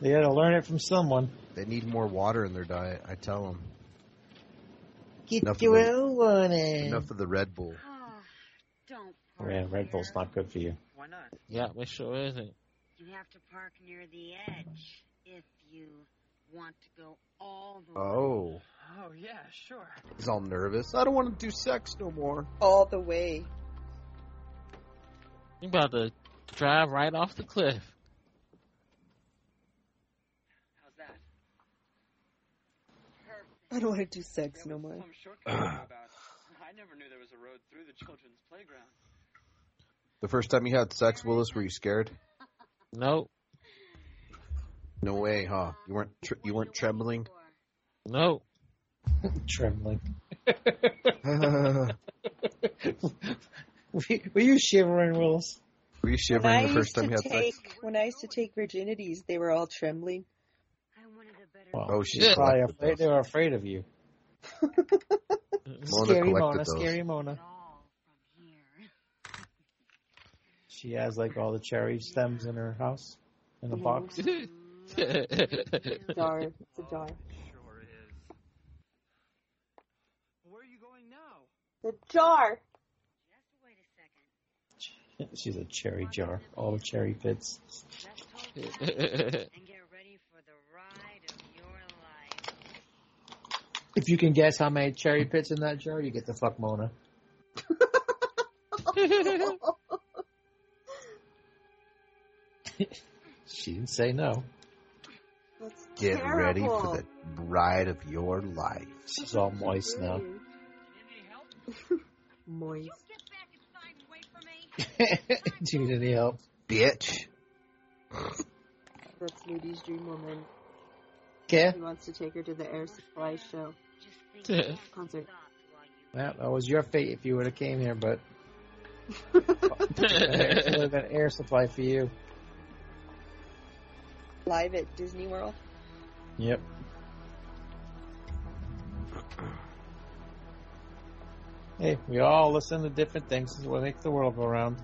Speaker 10: They had to learn it from someone.
Speaker 9: They need more water in their diet. I tell them.
Speaker 22: Get
Speaker 9: Enough of
Speaker 22: your
Speaker 9: the-
Speaker 22: own one in.
Speaker 9: Enough of the Red Bull.
Speaker 5: Oh, Don't park
Speaker 10: Man, Red Bull's not good for you.
Speaker 5: Why not?
Speaker 12: Yeah, it sure isn't.
Speaker 5: You have to park near the edge if you want to go all the way.
Speaker 9: Oh,
Speaker 5: Oh yeah, sure.
Speaker 9: he's all nervous. I don't want to do sex no more.
Speaker 11: All the way.
Speaker 12: You about to drive right off the cliff.
Speaker 17: How's that?
Speaker 11: I don't want to do sex no more.
Speaker 17: Some shortcut you know about. I never knew there was a road through the children's playground.
Speaker 9: The first time you had sex, Willis, were you scared?
Speaker 12: Nope.
Speaker 9: No way, huh? You weren't. Tr- you weren't trembling.
Speaker 12: Nope.
Speaker 10: Trembling.
Speaker 9: were
Speaker 10: Were you shivering, Willis?
Speaker 9: you
Speaker 11: When I
Speaker 9: shivering the first
Speaker 11: used
Speaker 9: time
Speaker 11: to
Speaker 9: you had sex?
Speaker 11: take, when I used to take virginities, they were all trembling.
Speaker 9: Oh, she
Speaker 10: They're probably
Speaker 9: collected
Speaker 10: afraid,
Speaker 9: those.
Speaker 10: they were afraid of you.
Speaker 9: Mona
Speaker 10: scary
Speaker 9: collected
Speaker 10: Mona,
Speaker 9: those.
Speaker 10: scary Mona. She has like all the cherry stems in her house in a box.
Speaker 11: Jar, it's a jar.
Speaker 17: Sure is. Where are you going now?
Speaker 11: The jar.
Speaker 10: She's a cherry jar. All the cherry pits.
Speaker 5: and get ready for the ride of your life.
Speaker 10: If you can guess how many cherry pits in that jar, you get the fuck Mona. She didn't say no.
Speaker 11: That's
Speaker 9: Get ready
Speaker 11: terrible.
Speaker 9: for the ride of your life.
Speaker 10: She's all moist now.
Speaker 11: Moist.
Speaker 10: Do you need any help?
Speaker 9: Bitch.
Speaker 11: That's Moody's dream woman.
Speaker 10: Okay.
Speaker 11: He wants to take her to the air supply show concert.
Speaker 10: Well, that was your fate if you would have came here, but it would have been air supply for you.
Speaker 11: Live at Disney World.
Speaker 10: Yep. Hey, we all listen to different things. This is what makes the world go round.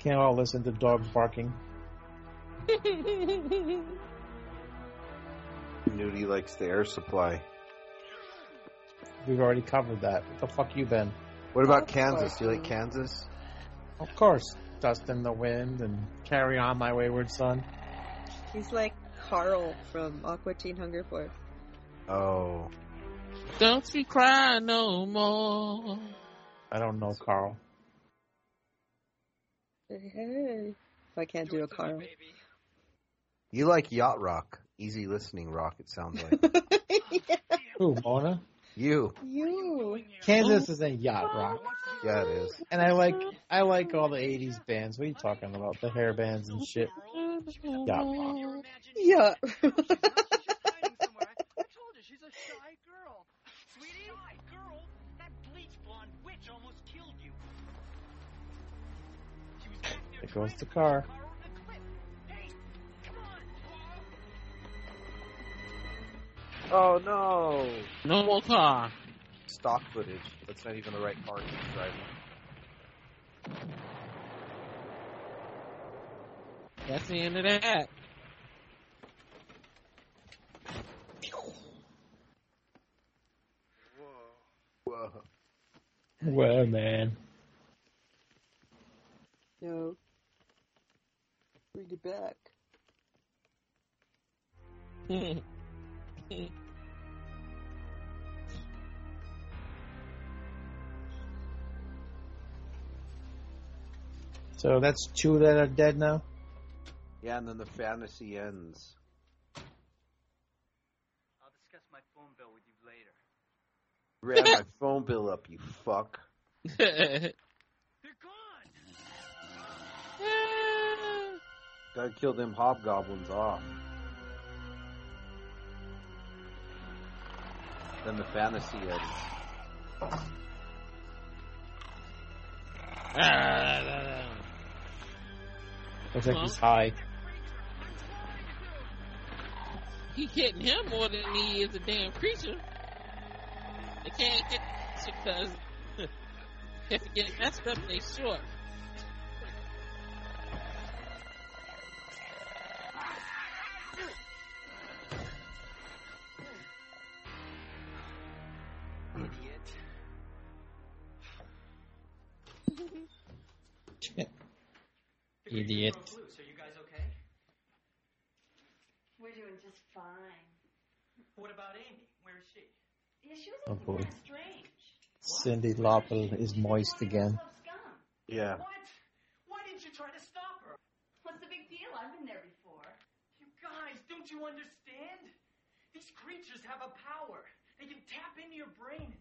Speaker 10: Can't all listen to dogs barking.
Speaker 9: Nudie likes the air supply.
Speaker 10: We've already covered that. What the fuck you been?
Speaker 9: What about
Speaker 11: That's
Speaker 9: Kansas? Do you like
Speaker 11: awesome.
Speaker 9: Kansas?
Speaker 10: Of course, dust in the wind and carry on, my wayward son.
Speaker 11: He's like Carl from Aqua Teen Hunger Force.
Speaker 9: Oh,
Speaker 12: Don't you cry no more.
Speaker 10: I don't know, Carl.
Speaker 11: Hey. I can't do a Carl.
Speaker 9: you like yacht rock, easy listening rock. It sounds like
Speaker 10: Who, Mona?
Speaker 9: you.
Speaker 11: You.
Speaker 10: Kansas isn't yacht rock.
Speaker 9: Yeah, it is.
Speaker 10: And I like I like all the '80s bands. What are you talking about? The hair bands and shit. Yacht rock.
Speaker 11: Yeah.
Speaker 17: Hiding somewhere. I, I told you she's a shy girl. Sweetie? Shy girl? That bleach blonde witch almost killed you. She was back there
Speaker 10: There goes
Speaker 17: trying
Speaker 10: the
Speaker 17: to push
Speaker 10: car.
Speaker 17: car over the cliff. Hey, come on, Paul.
Speaker 9: Oh no!
Speaker 12: No more car.
Speaker 9: Stock footage. That's not even the right car to drive.
Speaker 12: That's the end of that.
Speaker 9: Whoa.
Speaker 10: Well, man.
Speaker 11: No. Bring it back.
Speaker 10: So that's two that are dead now.
Speaker 9: Yeah, and then the fantasy ends.
Speaker 17: I'll discuss my phone bill with you later.
Speaker 9: Ran my phone bill up, you fuck.
Speaker 17: They're gone!
Speaker 9: Gotta kill them hobgoblins off. than the fantasy edit.
Speaker 10: Looks like he's high.
Speaker 12: He hitting him more than he is a damn creature. They can't hit because if it get messed up, they short.
Speaker 10: Idiot.
Speaker 14: Oh,
Speaker 17: Blues, are you guys okay?
Speaker 5: We're doing just fine.
Speaker 17: What about Amy? Where is she?
Speaker 5: Yeah, she was
Speaker 10: Oh,
Speaker 5: acting
Speaker 10: boy.
Speaker 5: kind of strange.
Speaker 10: Cindy Lauper is moist again. Yeah.
Speaker 17: What? Why didn't you try to stop her?
Speaker 5: What's the big deal? I've been there before.
Speaker 17: You guys, don't you understand? These creatures have a power. They can tap into your brain and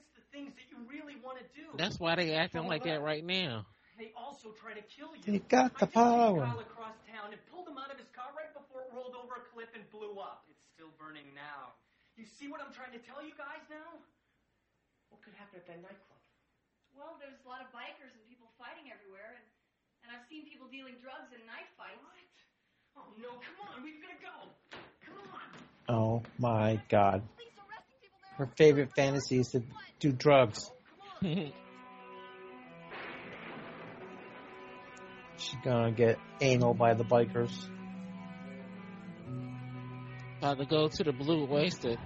Speaker 17: sense the things that you really want to do.
Speaker 12: That's why they acting like that
Speaker 17: However,
Speaker 12: right now.
Speaker 17: They also try to kill you.
Speaker 10: They got
Speaker 17: I
Speaker 10: the
Speaker 17: took
Speaker 10: power.
Speaker 17: Kyle across town and pulled him out of his car right before it rolled over a cliff and blew up. It's still burning now. You see what I'm trying to tell you guys now? What could happen at that nightclub?
Speaker 5: Well, there's a lot of bikers and people fighting everywhere, and, and I've seen people dealing drugs in knife fights.
Speaker 17: Oh no! Come on, we've gotta go. Come on.
Speaker 10: Oh my god. Her favorite fantasy is to do drugs. She's gonna get anal by the bikers.
Speaker 12: About to go to the blue oyster.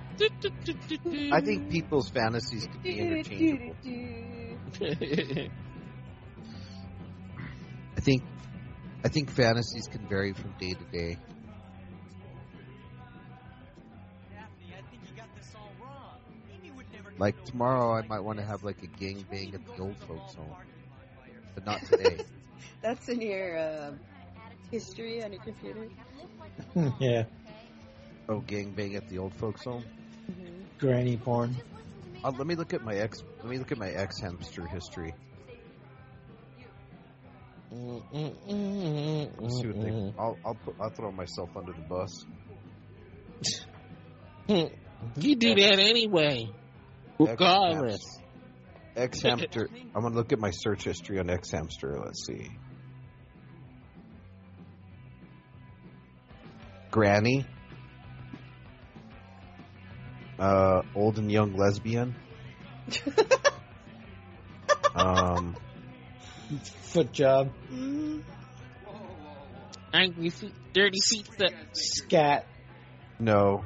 Speaker 9: I think people's fantasies could be interchangeable. I think I think fantasies can vary from day to day.
Speaker 17: Daphne, I think you got this all wrong. Amy would never.
Speaker 9: Like tomorrow, I might want to have like a gangbang at the old folks' home, but not today.
Speaker 11: That's in your um, history on your computer.
Speaker 10: yeah.
Speaker 9: Oh, gangbang at the old folks' home.
Speaker 10: Granny porn.
Speaker 9: Uh, let me look at my ex. Let me look at my ex hamster history. Let's see what they. I'll I'll, put, I'll throw myself under the bus.
Speaker 12: you do that anyway. Regardless.
Speaker 9: Ex hamster. I'm gonna look at my search history on ex hamster. Let's see. Granny. Uh, old and young lesbian. um,
Speaker 10: Foot job.
Speaker 12: Angry feet, dirty feet. That,
Speaker 10: Scat.
Speaker 9: no.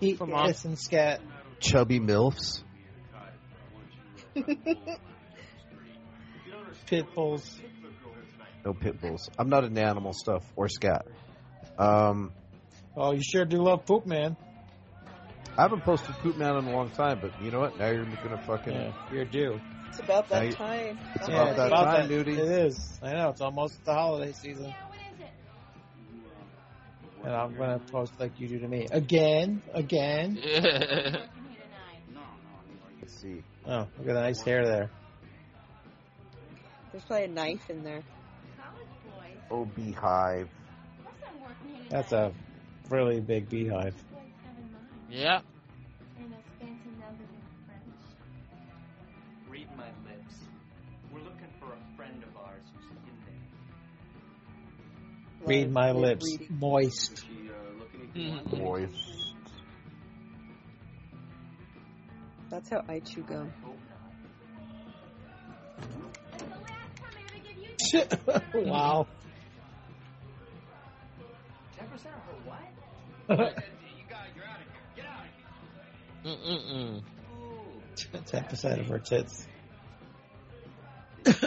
Speaker 10: Pete
Speaker 12: Come on.
Speaker 10: Yes and scat.
Speaker 9: Chubby milfs.
Speaker 10: Pit bulls.
Speaker 9: No pit bulls. I'm not into animal stuff or scat. Um,
Speaker 10: Oh, you sure do love poop, man.
Speaker 9: I haven't posted Poop Man in a long time, but you know what? Now you're gonna fucking.
Speaker 10: Yeah, you do.
Speaker 11: It's about
Speaker 9: Now you-
Speaker 11: that time.
Speaker 9: It's
Speaker 10: Yeah,
Speaker 9: about that time,
Speaker 10: that-
Speaker 9: dude.
Speaker 10: It is. I know. It's almost the holiday season. And I'm gonna post like you do to me again, again.
Speaker 9: Let's see.
Speaker 10: Oh, look at the nice hair there.
Speaker 11: There's probably a knife in there.
Speaker 5: College boys.
Speaker 9: Oh, beehive.
Speaker 5: Of course I'm working here
Speaker 10: That's
Speaker 5: tonight.
Speaker 10: a really big beehive.
Speaker 5: Boys have in mind.
Speaker 12: yeah.
Speaker 5: And those fancy numbers in French.
Speaker 17: Read my lips. We're looking for a friend of ours who's in there.
Speaker 10: Read my
Speaker 11: Love
Speaker 10: lips,
Speaker 11: reading.
Speaker 10: moist.
Speaker 17: She uh, looking
Speaker 12: Mm-hmm.
Speaker 9: Voice.
Speaker 11: That's how I chew gum.
Speaker 10: wow.
Speaker 17: Ten percent of her what?
Speaker 12: Mm-mm-mm.
Speaker 10: Ten percent of her tits.
Speaker 5: Hi,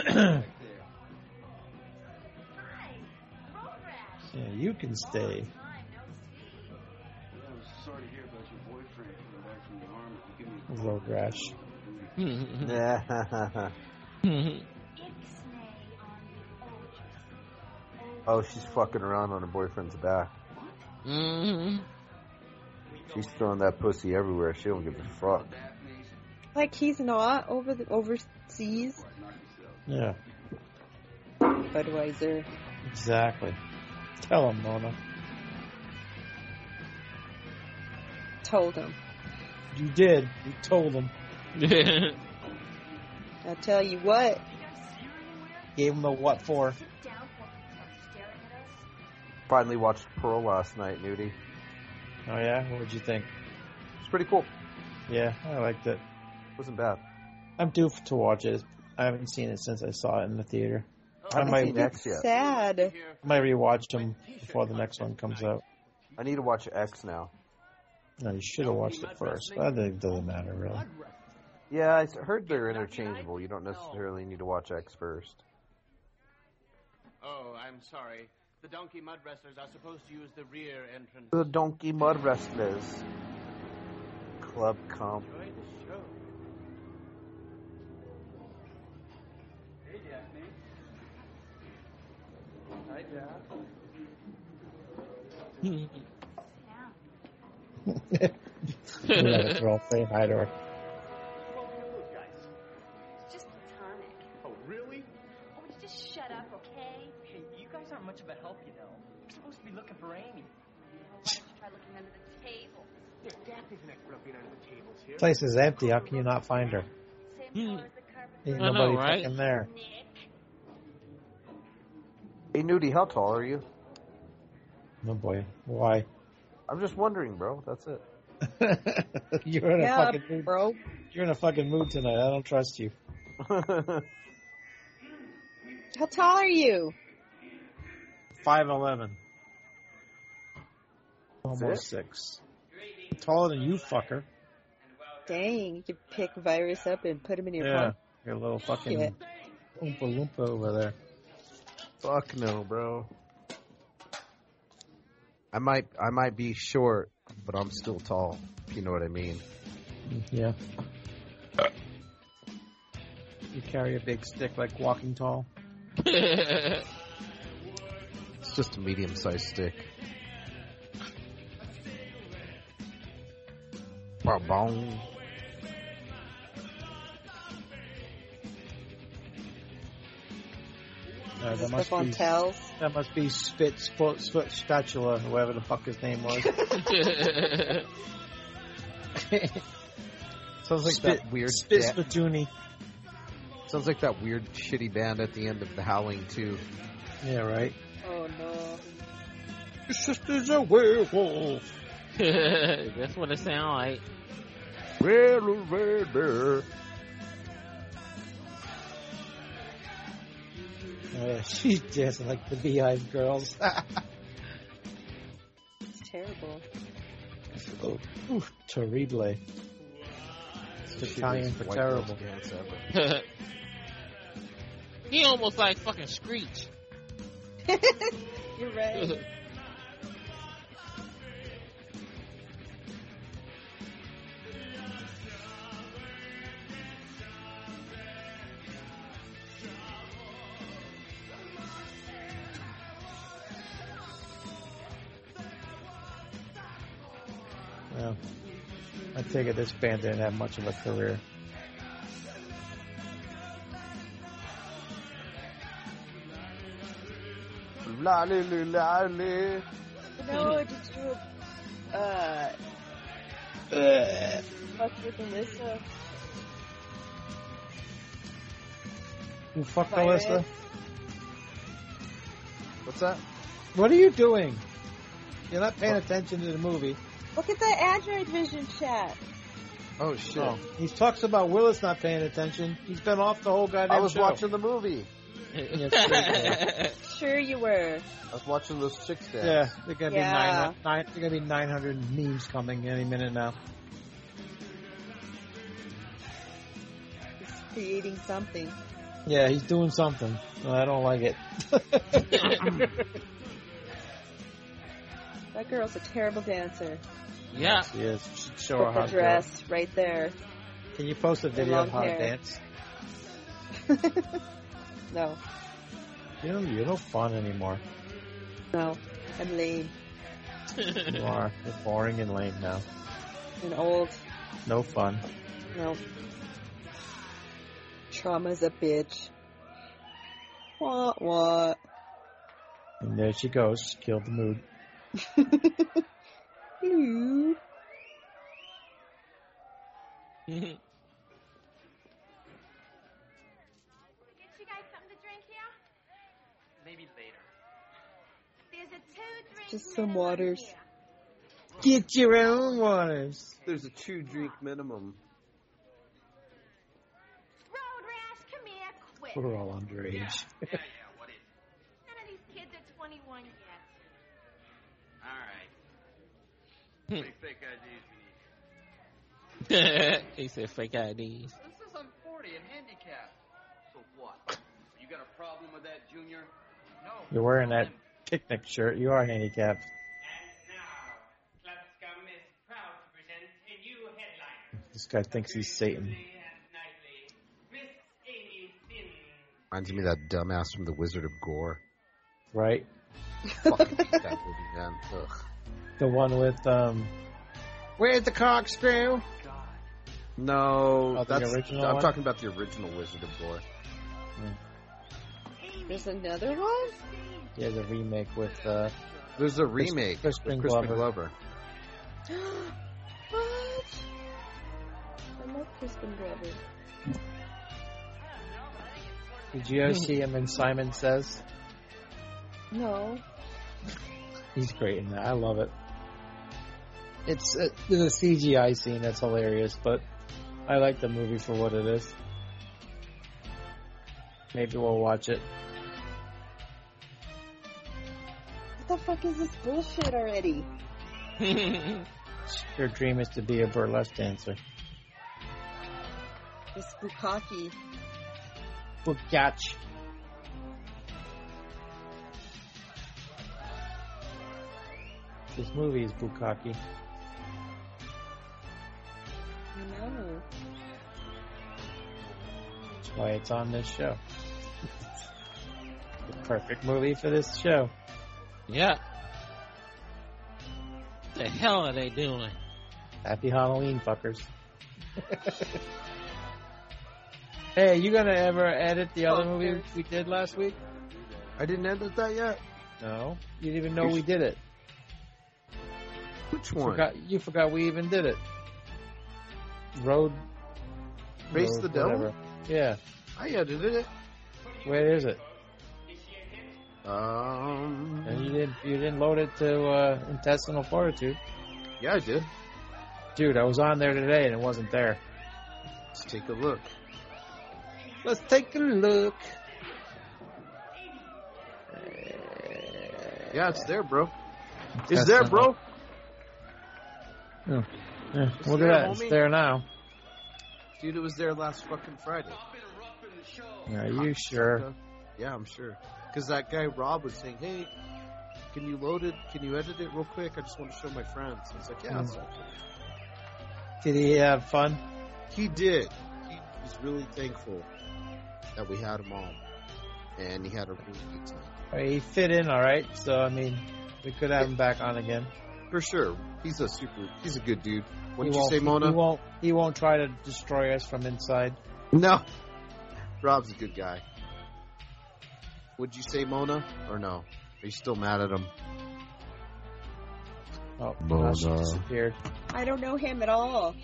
Speaker 5: Road Rash.
Speaker 10: Yeah, you can stay.
Speaker 5: Time, no see.
Speaker 4: sorry to hear about your boyfriend coming back from the army. You give me
Speaker 10: Road rash.
Speaker 5: Ixnay on the Olgers.
Speaker 9: oh, she's fucking around on her boyfriend's back. She's throwing that pussy everywhere. She don't give a fuck.
Speaker 11: Like he's not over the overseas.
Speaker 10: Yeah,
Speaker 11: Budweiser.
Speaker 10: exactly. Tell him, Mona.
Speaker 11: Told him.
Speaker 10: You did. You told him.
Speaker 11: I'll tell you what.
Speaker 10: Gave him the what for.
Speaker 9: Finally watched Pearl last night, Nudie.
Speaker 10: Oh yeah, what would you think?
Speaker 9: It's pretty cool.
Speaker 10: Yeah, I liked it.
Speaker 9: Wasn't bad.
Speaker 10: I'm due f- to watch it. I haven't seen it since I saw it in Oh, the theater.
Speaker 9: I haven't
Speaker 10: might
Speaker 9: seen X yet.
Speaker 11: Sad.
Speaker 10: I might rewatch them before the next one comes out.
Speaker 9: I need to watch X now.
Speaker 10: No, you should have watched it first. That doesn't- doesn't matter really.
Speaker 9: Yeah, I s- heard they're interchangeable. You don't necessarily need to watch X first.
Speaker 25: Oh, I'm sorry. The donkey mud wrestlers are supposed to use the rear entrance.
Speaker 9: The Donkey Mud Wrestlers. Club Comp.
Speaker 25: Enjoy the show. Hey, Daphne. Hi,
Speaker 10: Yeah, They're all saying hi to her.
Speaker 2: It's just platonic.
Speaker 25: Oh, really?
Speaker 2: Oh, would you just shut up, okay?
Speaker 19: Hey, you guys aren't much of a help, you know. We're supposed to be looking for Amy.
Speaker 2: Why don't you try looking under the table?
Speaker 25: Here, Daphne's not grumpy under the tables here.
Speaker 10: Place is empty. How can you not find her?
Speaker 9: Hmm.
Speaker 10: Ain't
Speaker 25: I know,
Speaker 10: nobody
Speaker 25: right?
Speaker 10: fucking there.
Speaker 9: Hey, Nudie, how tall are you?
Speaker 10: No boy. Why?
Speaker 9: I'm just wondering, bro. That's it.
Speaker 10: You're in a
Speaker 11: Yeah,
Speaker 10: fucking mood.
Speaker 11: bro.
Speaker 10: You're in a fucking mood tonight. I don't trust you.
Speaker 11: How tall are you?
Speaker 10: Five eleven. Almost six. Taller than you, fucker.
Speaker 11: Dang, you could pick Virus up and put him in your
Speaker 10: Yeah,
Speaker 11: pocket.
Speaker 10: your little fucking
Speaker 11: Yeah.
Speaker 10: oompa loompa over there.
Speaker 9: Fuck no, bro. I might I might be short, but I'm still tall, if you know what I mean.
Speaker 10: Yeah. You carry a big stick like walking tall.
Speaker 9: It's just a medium sized stick. Ba-bong.
Speaker 10: Uh, that
Speaker 11: Stuff
Speaker 10: must
Speaker 11: on
Speaker 10: be
Speaker 11: towels.
Speaker 10: that must be Spit Spot Spit Spatula, whoever the fuck his name was. Sounds like
Speaker 9: Spit-
Speaker 10: that
Speaker 9: weird
Speaker 10: Spit
Speaker 9: da-
Speaker 10: Spatoonie.
Speaker 9: Sounds like that weird shitty band at the end of The Howling too.
Speaker 10: Yeah, right.
Speaker 11: Oh no.
Speaker 10: Your sister's a werewolf.
Speaker 12: That's what it sound like.
Speaker 9: Werewolf, werewolf.
Speaker 10: Oh, yeah, she's dancing like the Beehive Girls.
Speaker 11: It's terrible.
Speaker 10: oh, ooh, terrible.
Speaker 9: It's
Speaker 10: Italian for terrible.
Speaker 12: he almost like fucking Screech.
Speaker 11: You're right.
Speaker 10: Yeah. I take it this band didn't have much of a career.
Speaker 9: Lolly, lolly.
Speaker 11: No, did you uh
Speaker 10: Uh.
Speaker 11: fuck with Alyssa?
Speaker 10: You fuck
Speaker 11: Virus?
Speaker 10: Alyssa.
Speaker 9: What's that?
Speaker 10: What are you doing? You're not paying attention to the movie.
Speaker 11: Look at that Android Vision chat.
Speaker 9: Oh shit!
Speaker 10: Oh, he talks about Willis not paying attention. He's been off the whole goddamn
Speaker 9: I was
Speaker 10: show.
Speaker 9: watching the movie.
Speaker 10: Yeah, it's great, man.
Speaker 11: Sure you were.
Speaker 9: I was watching those chicks dance.
Speaker 10: yeah, they're gonna
Speaker 11: Yeah.
Speaker 10: be nine, nine. They're gonna be nine hundred memes coming any minute now.
Speaker 11: He's creating something.
Speaker 10: Yeah, he's doing something. I don't like it.
Speaker 11: That girl's a terrible dancer.
Speaker 12: Yeah.
Speaker 10: she is. You should show her
Speaker 11: With
Speaker 10: how
Speaker 11: the
Speaker 10: to do it.
Speaker 11: dress right there.
Speaker 10: Can you post a video
Speaker 11: long
Speaker 10: of how to
Speaker 11: hair.
Speaker 10: dance?
Speaker 11: No,
Speaker 10: You know, you're no fun anymore.
Speaker 11: no. I'm lame
Speaker 10: You are. You're boring and lame now.
Speaker 11: and old.
Speaker 10: No fun.
Speaker 11: No. Trauma's a bitch. What? What?
Speaker 10: And there she goes. Killed the mood.
Speaker 11: Ooh.
Speaker 2: Get you guys something to drink here?
Speaker 19: Maybe later.
Speaker 2: There's a two drink
Speaker 11: Just some waters.
Speaker 10: Get your own waters.
Speaker 9: There's a two drink minimum.
Speaker 2: road rash. Come here, quick.
Speaker 10: We're all underage.
Speaker 2: None of these kids are 21 yet.
Speaker 4: All right. Big fake IDs we need.
Speaker 12: he said fake
Speaker 4: This
Speaker 12: IDs.
Speaker 4: is I'm 40 and handicapped. So what? You got a problem with that, Junior? No.
Speaker 10: You're wearing that picnic shirt. You are handicapped. This guy thinks he's Satan.
Speaker 9: Reminds me of that dumbass from The Wizard of Gore.
Speaker 10: Right?
Speaker 9: Fucking hate that movie, man. Ugh.
Speaker 10: The one with um
Speaker 9: Where's the corkscrew? No,
Speaker 10: Oh, the
Speaker 9: that's.
Speaker 10: original
Speaker 9: I'm
Speaker 10: one?
Speaker 9: talking about the original Wizard of Gore.
Speaker 11: There's another one?
Speaker 10: yeah, the remake with uh
Speaker 9: There's a remake
Speaker 10: Chris-
Speaker 9: with
Speaker 10: Crispin
Speaker 9: Crispin Glover.
Speaker 10: Glover.
Speaker 11: what? I love Crispin Glover.
Speaker 10: Did you ever see him in Simon Says?
Speaker 11: No.
Speaker 10: He's great in that. I love it. It's uh, the CGI scene that's hilarious, but I like the movie for what it is. Maybe we'll watch it.
Speaker 11: What the fuck is this bullshit already?
Speaker 10: Your dream is to be a burlesque dancer.
Speaker 11: This bukkake.
Speaker 10: Bugach. This movie is Bukaki.
Speaker 11: No.
Speaker 10: That's why it's on this show. the perfect movie for this show.
Speaker 12: Yeah. The hell are they doing?
Speaker 10: Happy Halloween, fuckers. hey, you gonna ever edit the other movie we did last week?
Speaker 9: I didn't edit that yet.
Speaker 10: No, you didn't even know we did it.
Speaker 9: Which
Speaker 10: You
Speaker 9: one?
Speaker 10: forgot, you forgot we even did it. Road.
Speaker 9: Face the Devil?
Speaker 10: whatever. Yeah.
Speaker 9: I edited it.
Speaker 10: Where is it?
Speaker 9: Um.
Speaker 10: And you didn't you didn't load it to uh, intestinal fortitude,
Speaker 9: Yeah, I did.
Speaker 10: dude. I was on there today and it wasn't there.
Speaker 9: Let's take a look.
Speaker 10: Let's take a look.
Speaker 9: Uh, Yeah, it's there, bro. It's
Speaker 10: That's
Speaker 9: there,
Speaker 10: not-
Speaker 9: bro.
Speaker 10: Yeah,
Speaker 9: It's
Speaker 10: look
Speaker 9: there,
Speaker 10: at that. It's
Speaker 9: homie.
Speaker 10: there now.
Speaker 9: Dude, it was there last fucking Friday.
Speaker 10: Are you sure?
Speaker 9: Yeah, I'm sure. Because that guy Rob was saying, "Hey, can you load it? Can you edit it real quick? I just want to show my friends." I was like, "Yeah."
Speaker 10: Mm.
Speaker 9: it's okay."
Speaker 10: Did he have fun?
Speaker 9: He did. He was really thankful that we had him on, and he had a really good time
Speaker 10: I mean, he fit in all right. So I mean, we could have him back on again.
Speaker 9: for sure. He's a super. He's a good dude. What
Speaker 10: He
Speaker 9: did you
Speaker 10: won't-
Speaker 9: say, Mona?
Speaker 10: He won't. He won't try to destroy us from inside.
Speaker 9: No. Rob's a good guy. Would you say Mona or no? Are you still mad at him?
Speaker 10: Oh,
Speaker 9: Mona.
Speaker 10: now she disappeared.
Speaker 11: I don't know him at all.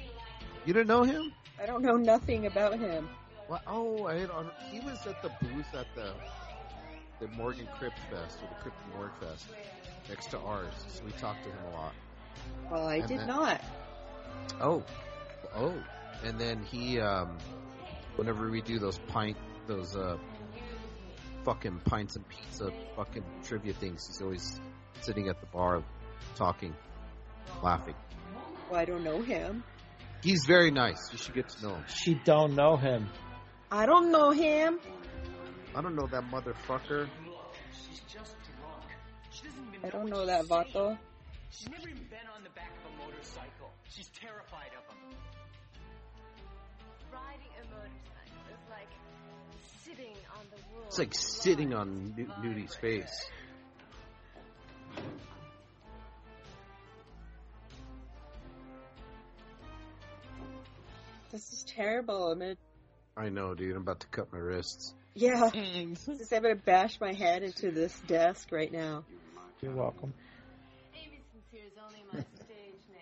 Speaker 9: You didn't know him?
Speaker 11: I don't know nothing about him.
Speaker 9: Well, oh, I had on. He was at the booth at the the Morgan Crypt Fest or the Crypt and Morgue Fest next to ours. So we talked to him a lot.
Speaker 11: Well, I
Speaker 9: And
Speaker 11: did
Speaker 9: that-
Speaker 11: not.
Speaker 9: Oh, oh, and then he, um, whenever we do those pint, those uh, fucking pints and pizza fucking trivia things, he's always sitting at the bar talking, laughing.
Speaker 11: Well, I don't know him.
Speaker 9: He's very nice. You should get to know him.
Speaker 10: She don't know him.
Speaker 11: I don't know him.
Speaker 9: I don't know that motherfucker.
Speaker 19: She's just drunk. She doesn't even
Speaker 11: I
Speaker 19: know
Speaker 11: don't
Speaker 19: what
Speaker 11: know
Speaker 19: she's
Speaker 11: that
Speaker 19: saying.
Speaker 11: vato.
Speaker 19: She's never even been on the back of a motorcycle. She's terrified of them.
Speaker 5: Riding a motorcycle is like sitting on the world.
Speaker 9: It's like sitting on Nu- Nudie's face.
Speaker 11: This is terrible. I'm gonna,
Speaker 9: I know, dude. I'm about to cut my wrists.
Speaker 11: yeah. Just, I'm gonna bash my head into this desk right now.
Speaker 10: You're welcome.
Speaker 5: Amy Sincere is only my stage name.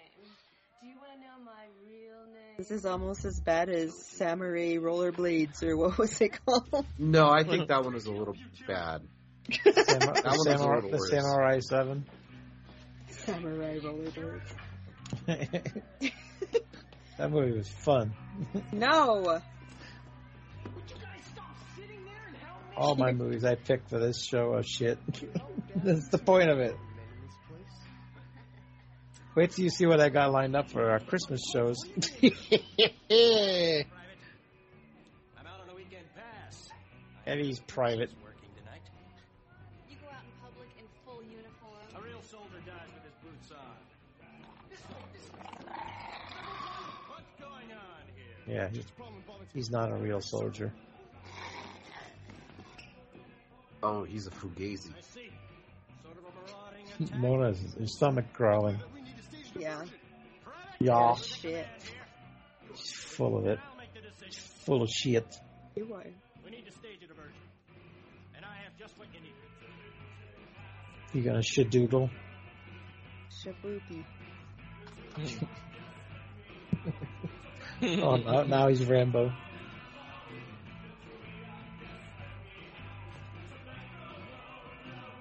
Speaker 5: Do you want to know my real name?
Speaker 11: This is almost as bad as Samurai Rollerblades, or what was it called?
Speaker 9: No, I think that one was a little bad.
Speaker 10: Samurai,
Speaker 9: That one was a
Speaker 10: Samurai-
Speaker 9: little
Speaker 10: the
Speaker 9: worse.
Speaker 10: Samurai 7.
Speaker 11: Samurai Rollerblades.
Speaker 10: That movie was fun.
Speaker 11: No!
Speaker 10: All my movies I picked for this show are shit. That's the point of it. Wait till you see what I got lined up for our Christmas shows. Eddie's private.
Speaker 26: You go out in public in full uniform. A real soldier dies with his boots on.
Speaker 10: Yeah, he- he's not a real soldier.
Speaker 9: Oh, he's a fugazi.
Speaker 10: Mona's her stomach growling.
Speaker 11: Yeah.
Speaker 10: Yeah,
Speaker 11: Oh, shit.
Speaker 10: she's full of it. She's full of shit.
Speaker 11: You are.
Speaker 14: We need to stage a diversion. And I have just what you need.
Speaker 10: You gonna shadoodle?
Speaker 11: Shabuki.
Speaker 10: oh, now, now he's Rambo.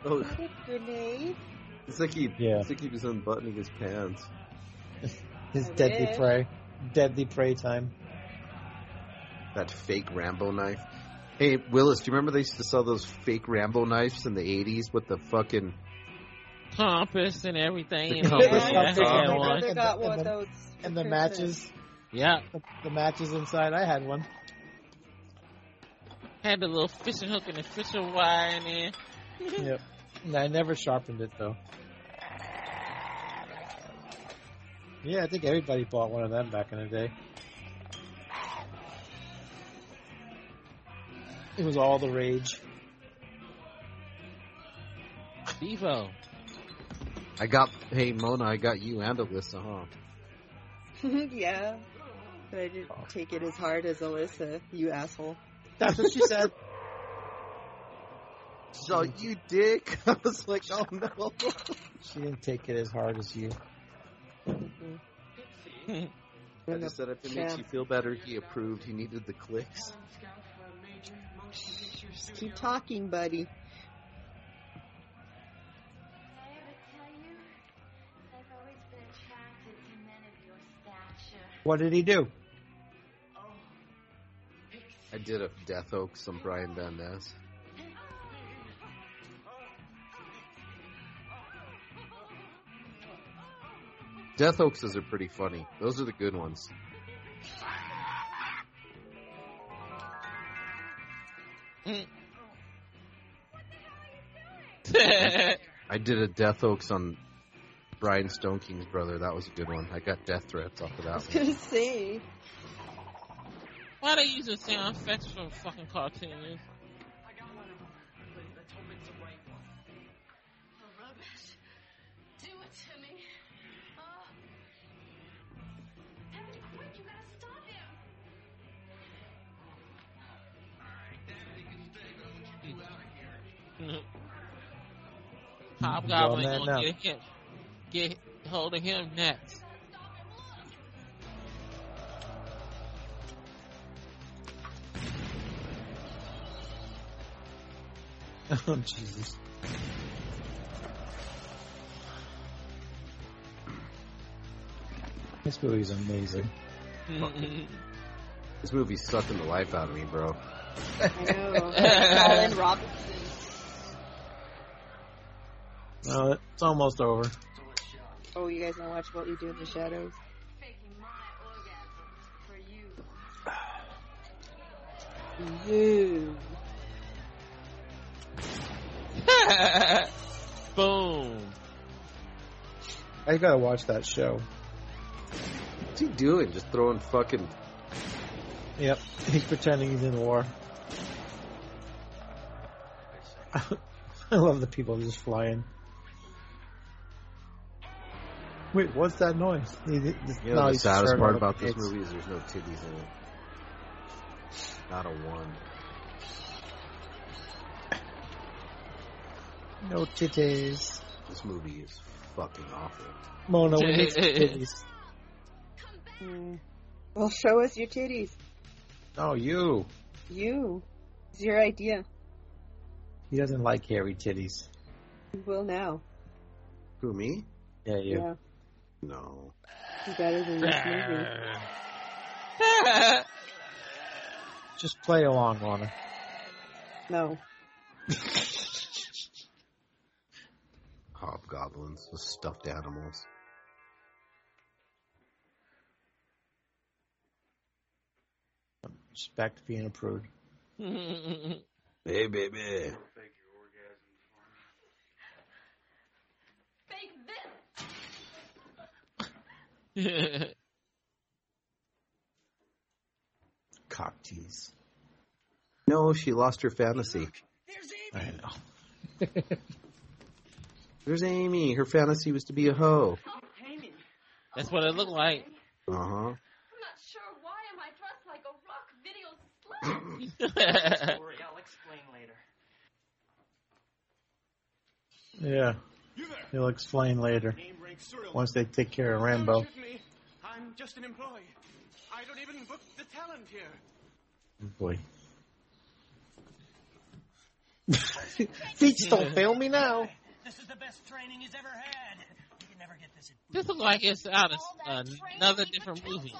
Speaker 9: Oh,
Speaker 11: Grenade?
Speaker 9: it's like he,
Speaker 10: Yeah.
Speaker 9: it's like he was unbuttoning his pants.
Speaker 10: His
Speaker 11: I
Speaker 10: deadly
Speaker 11: wish.
Speaker 10: prey. Deadly prey time.
Speaker 9: That fake Rambo knife. Hey, Willis, do you remember they used to sell those fake Rambo knives in the 80s with the fucking.
Speaker 12: Compass and everything.
Speaker 9: The
Speaker 12: and
Speaker 9: compass,
Speaker 12: all that.
Speaker 9: something,
Speaker 12: I had
Speaker 10: and
Speaker 12: one.
Speaker 11: I
Speaker 10: And
Speaker 11: got
Speaker 10: the- and the-
Speaker 11: one of those. for
Speaker 10: And the
Speaker 11: Christmas.
Speaker 10: matches.
Speaker 12: Yeah,
Speaker 10: The, the matches inside. I had one.
Speaker 12: had the little fishing hook and the fishing wire in there.
Speaker 10: Yep. And I never sharpened it though. Yeah, I think everybody bought one of them back in the day. It was all the rage.
Speaker 12: Devo.
Speaker 9: I got. Hey, Mona, I got you and Alyssa, huh?
Speaker 11: yeah. But I didn't take it as hard as Alyssa, you asshole.
Speaker 10: That's what she said.
Speaker 9: So, you dick. I was like, oh no.
Speaker 10: She didn't take it as hard as you.
Speaker 11: Mhm.
Speaker 9: I just said if it makes you feel better, he approved. He needed the clicks.
Speaker 11: Just keep talking, buddy.
Speaker 5: I ever tell you, I've always been attracted to men of your stature.
Speaker 10: What did he do?
Speaker 9: I did a Death Oak, some Brian Van Ness. Death Oakses are pretty funny. Those are the good ones. I did a Death Oaks on Brian Stone King's brother. That was a good one. I got death threats off of
Speaker 11: I was
Speaker 9: that one.
Speaker 11: gonna say.
Speaker 12: Why they using sound effects from fucking cartoons?
Speaker 5: The rubbish. Do it to me. Oh. Evan, quick, you gotta stop him.
Speaker 12: Hobgoblin
Speaker 10: Well, man,
Speaker 12: gonna
Speaker 10: no.
Speaker 12: get him, get hold of him next.
Speaker 10: Oh Jesus. This movie's amazing.
Speaker 9: This movie's sucking the life out of me, bro.
Speaker 11: I know. Colin Robinson.
Speaker 10: No, it's almost over.
Speaker 11: Oh, you guys wanna watch What We Do in the Shadows?
Speaker 5: Faking my orgasms for you.
Speaker 11: Ooh.
Speaker 12: Boom.
Speaker 10: I gotta watch that show.
Speaker 9: What's he doing? Just throwing fucking.
Speaker 10: Yep, he's pretending he's in war. I love the people just flying. Wait, what's that noise? He- he- this-
Speaker 9: You know,
Speaker 10: no,
Speaker 9: the
Speaker 10: he's
Speaker 9: saddest
Speaker 10: stirring
Speaker 9: part about
Speaker 10: up the
Speaker 9: this
Speaker 10: kids.
Speaker 9: movie is there's no titties in it. Not a one.
Speaker 10: No titties.
Speaker 9: This movie is fucking awful.
Speaker 10: Mona, we need some titties.
Speaker 11: Mm. Well, show us your titties.
Speaker 21: No, you.
Speaker 11: You. It's your idea.
Speaker 10: He doesn't like hairy titties.
Speaker 11: You will now.
Speaker 9: Who me?
Speaker 10: Yeah, you.
Speaker 11: Yeah.
Speaker 9: No.
Speaker 11: You got it in this movie.
Speaker 10: Just play along, Lana.
Speaker 11: No.
Speaker 9: Hobgoblins with stuffed animals.
Speaker 10: Respect being a prude.
Speaker 9: Hey, baby.
Speaker 5: Fake this!
Speaker 10: Cock tease.
Speaker 9: No, she lost her fantasy.
Speaker 10: I know.
Speaker 9: There's Amy. Her fantasy was to be a hoe.
Speaker 5: Amy,
Speaker 12: That's what it looked like.
Speaker 9: Uh huh.
Speaker 5: I'm not sure why am I dressed like a rock video slut.
Speaker 12: Don't
Speaker 19: worry, I'll explain later.
Speaker 10: Yeah. He'll explain later. Once they take care of Rambo.
Speaker 25: Excuse me. I'm just an employee. I don't even book the talent here.
Speaker 10: Oh, boy. Feet don't fail me now.
Speaker 17: This is the best training he's ever had. You can never get this at
Speaker 12: This looks like it's out of another different movie.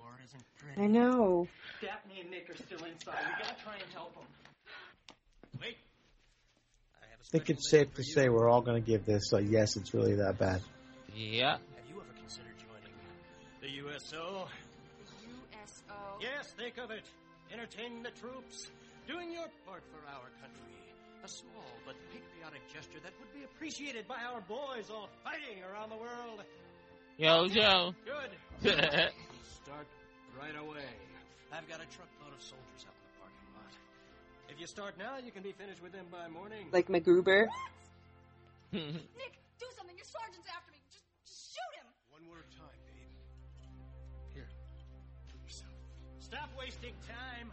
Speaker 17: war, isn't
Speaker 11: I know.
Speaker 17: Daphne and Nick are still inside. We gotta try and help them. Wait.
Speaker 10: I think it's safe to say we're all going to give this a yes, it's really that bad.
Speaker 12: Yeah.
Speaker 17: Have you ever considered joining the USO?
Speaker 5: USO.
Speaker 17: Yes, think of it. Entertaining the troops, doing your part for our country. A small but patriotic gesture that would be appreciated by our boys all fighting around the world.
Speaker 12: Yo, Joe.
Speaker 17: Good. Start right away. I've got a truckload of soldiers out in the parking lot. If you start now, you can be finished with them by morning.
Speaker 11: Like MacGruber.
Speaker 5: Nick, do something. Your sergeant's after me. Just, just shoot him.
Speaker 25: One more time, babe. Here. Do yourself.
Speaker 17: Stop wasting time.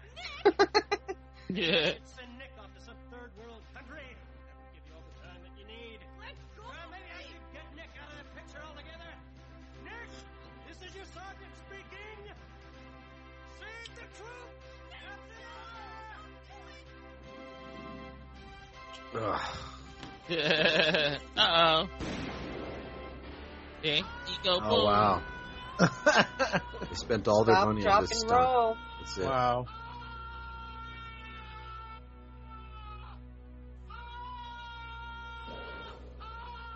Speaker 12: yeah.
Speaker 17: Let's send Nick off to some third world country. That will give you all the time that you need.
Speaker 5: Let go
Speaker 17: Well,
Speaker 5: of
Speaker 17: maybe I
Speaker 5: me.
Speaker 17: should get Nick out of the picture altogether. Nick, this is your sergeant speaking. Save the troop. Captain Honor!
Speaker 9: Ugh.
Speaker 12: uh oh. There you go, boom.
Speaker 9: Oh wow. they spent all their
Speaker 11: Stop,
Speaker 9: money on
Speaker 11: drop,
Speaker 9: this
Speaker 11: and
Speaker 9: stuff.
Speaker 11: roll.
Speaker 9: That's it.
Speaker 10: Wow.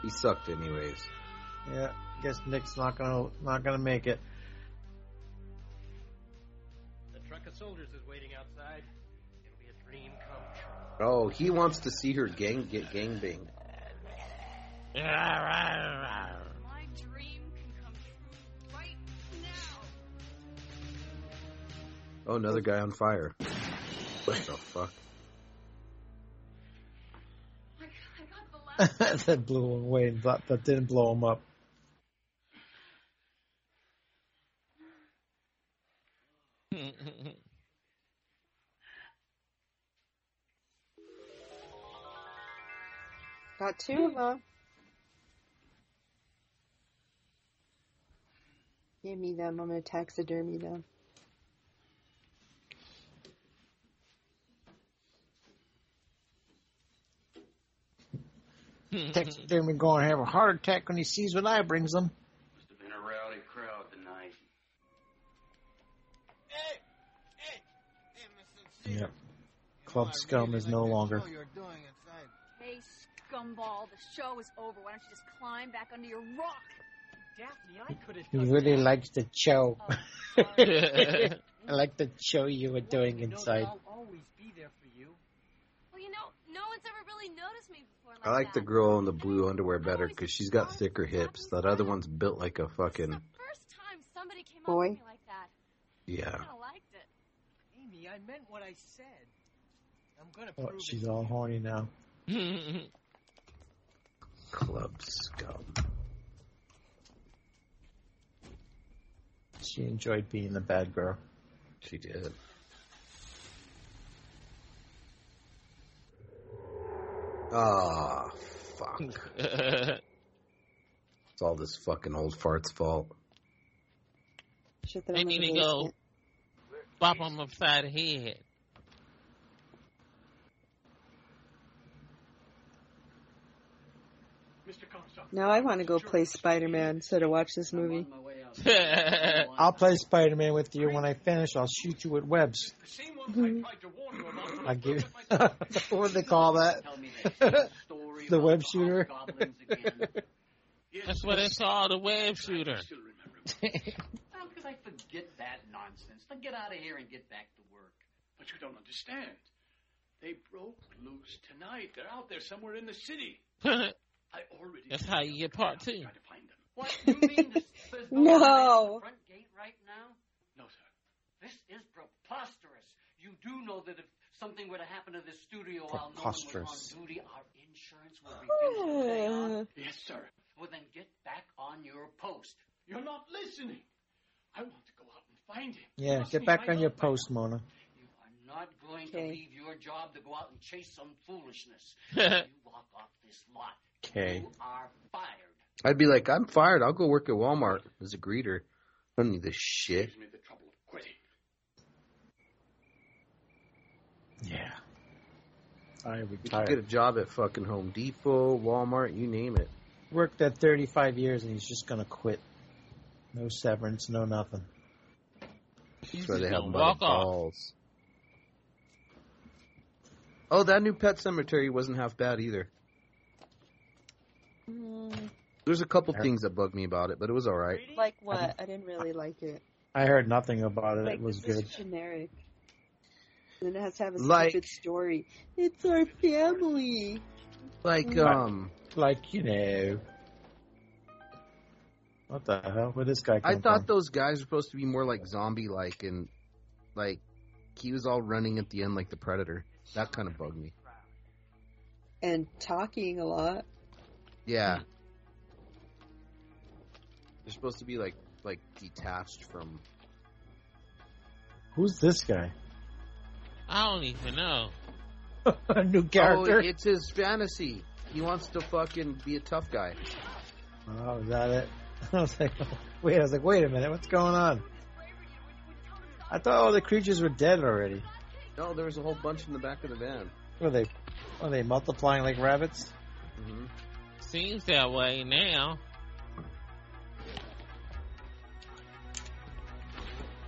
Speaker 9: He sucked anyways.
Speaker 10: Yeah, guess Nick's not gonna not gonna make it.
Speaker 17: The truck of soldiers is waiting outside. It'll be a dream come true.
Speaker 9: Oh, he wants to see her gang get gang banged.
Speaker 5: My dream can come true right now.
Speaker 9: Oh, another guy on fire. What the fuck?
Speaker 5: I, I got the last.
Speaker 10: that blew him away. and That, that didn't blow him up.
Speaker 11: Got two of them. Give me them. I'm gonna taxidermy them.
Speaker 10: Taxidermy going to have a heart attack when he sees what I brings him.
Speaker 4: Must have been a rowdy crowd tonight.
Speaker 25: Hey! Hey! Hey, Mr.
Speaker 10: Yep. Club scum is no longer.
Speaker 5: Hey, scumball, the show is over. Why don't you just climb back under your rock?
Speaker 17: Daphne, I could have
Speaker 10: He really likes the show.
Speaker 5: Oh,
Speaker 10: I like the show you were doing
Speaker 17: You know that
Speaker 10: inside.
Speaker 17: I'll always be there for you.
Speaker 5: Well, you know, no one's ever really noticed me before. Like
Speaker 9: I like the
Speaker 5: that.
Speaker 9: girl in the blue underwear better because she's got thicker hips. That other one's built like a
Speaker 5: This is
Speaker 9: fucking
Speaker 5: the first time somebody came
Speaker 11: Boy.
Speaker 5: up to me like that. I
Speaker 9: yeah.
Speaker 5: kind of liked it.
Speaker 17: Amy, I meant what I said. I'm gonna
Speaker 10: Oh,
Speaker 17: prove it.
Speaker 10: she's all horny now.
Speaker 9: Club scum.
Speaker 10: She enjoyed being the bad girl.
Speaker 9: She did. Ah, fuck. It's all this fucking old fart's fault.
Speaker 11: Shut that
Speaker 12: They
Speaker 11: I'm
Speaker 12: need to
Speaker 11: in the
Speaker 12: go
Speaker 11: basement.
Speaker 12: bop him upside the head.
Speaker 11: Now I want to go play Spider Man so to watch this movie.
Speaker 10: I'll play Spider Man with you. When I finish, I'll shoot you with webs. I give. what do they call that? the web shooter.
Speaker 12: That's what it's called, the web shooter.
Speaker 27: How could I forget that nonsense? Now get out of here and get back to work.
Speaker 14: But you don't understand. They broke loose tonight. They're out there somewhere in the city. I already
Speaker 12: That's how you get part two.
Speaker 27: What you mean? There's, there's no,
Speaker 11: No.
Speaker 27: one at the front gate right now.
Speaker 14: No, sir.
Speaker 27: This is preposterous. You do know that if something were to happen to this studio while no one was
Speaker 9: Preposterous.
Speaker 27: on duty, our insurance would be fenced today on.
Speaker 14: Yes, sir.
Speaker 27: Well, then get back on your post.
Speaker 14: You're not listening. I want to go out and find him.
Speaker 10: Yeah,
Speaker 14: Trust
Speaker 10: get
Speaker 14: me,
Speaker 10: back
Speaker 14: I
Speaker 10: on your
Speaker 14: know.
Speaker 10: post, Mona.
Speaker 27: I'm not going
Speaker 11: Okay.
Speaker 27: to leave your job to go out and chase some foolishness. you walk off this lot.
Speaker 9: Okay.
Speaker 27: You are fired.
Speaker 9: I'd be like, I'm fired. I'll go work at Walmart as a greeter. I don't need this shit.
Speaker 14: Gives me the trouble of quitting.
Speaker 10: Yeah. I
Speaker 9: You could get a
Speaker 10: retired.
Speaker 9: job at fucking Home Depot, Walmart, you name it.
Speaker 10: Worked at 35 years and he's just going to quit. No severance, no nothing.
Speaker 9: That's why they
Speaker 12: just
Speaker 9: have
Speaker 12: gonna
Speaker 9: them by the
Speaker 12: walk off.
Speaker 9: balls. Oh, that new Pet Cemetery wasn't half bad either.
Speaker 11: Mm,
Speaker 9: There's a couple things that bugged me about it, but it was all right.
Speaker 11: like what? I didn't really like it.
Speaker 10: I heard nothing about it.
Speaker 11: Like,
Speaker 10: it was
Speaker 11: this is
Speaker 10: good.
Speaker 11: generic. And it has to have a
Speaker 9: Like-
Speaker 11: stupid story. It's our family.
Speaker 9: Like,
Speaker 11: Mm.
Speaker 9: um,
Speaker 10: Like, you know. What the hell? Where this guy come
Speaker 9: I thought
Speaker 10: from?
Speaker 9: those guys were supposed to be more like zombie-like, and like he was all running at the end like the Predator. That kind of bugged me.
Speaker 11: And talking a lot.
Speaker 9: Yeah, they're supposed to be like like detached from.
Speaker 10: Who's this guy?
Speaker 12: I don't even know.
Speaker 10: a new character.
Speaker 9: Oh, it's his fantasy. He wants to fucking be a tough guy.
Speaker 10: Oh, is that it? I was like, wait, I was like, wait a minute, what's going on? I thought all the creatures were dead already.
Speaker 9: No, there was a whole bunch in the back of the van.
Speaker 10: Were they, are they multiplying like rabbits?
Speaker 9: hmm
Speaker 12: Seems that way now.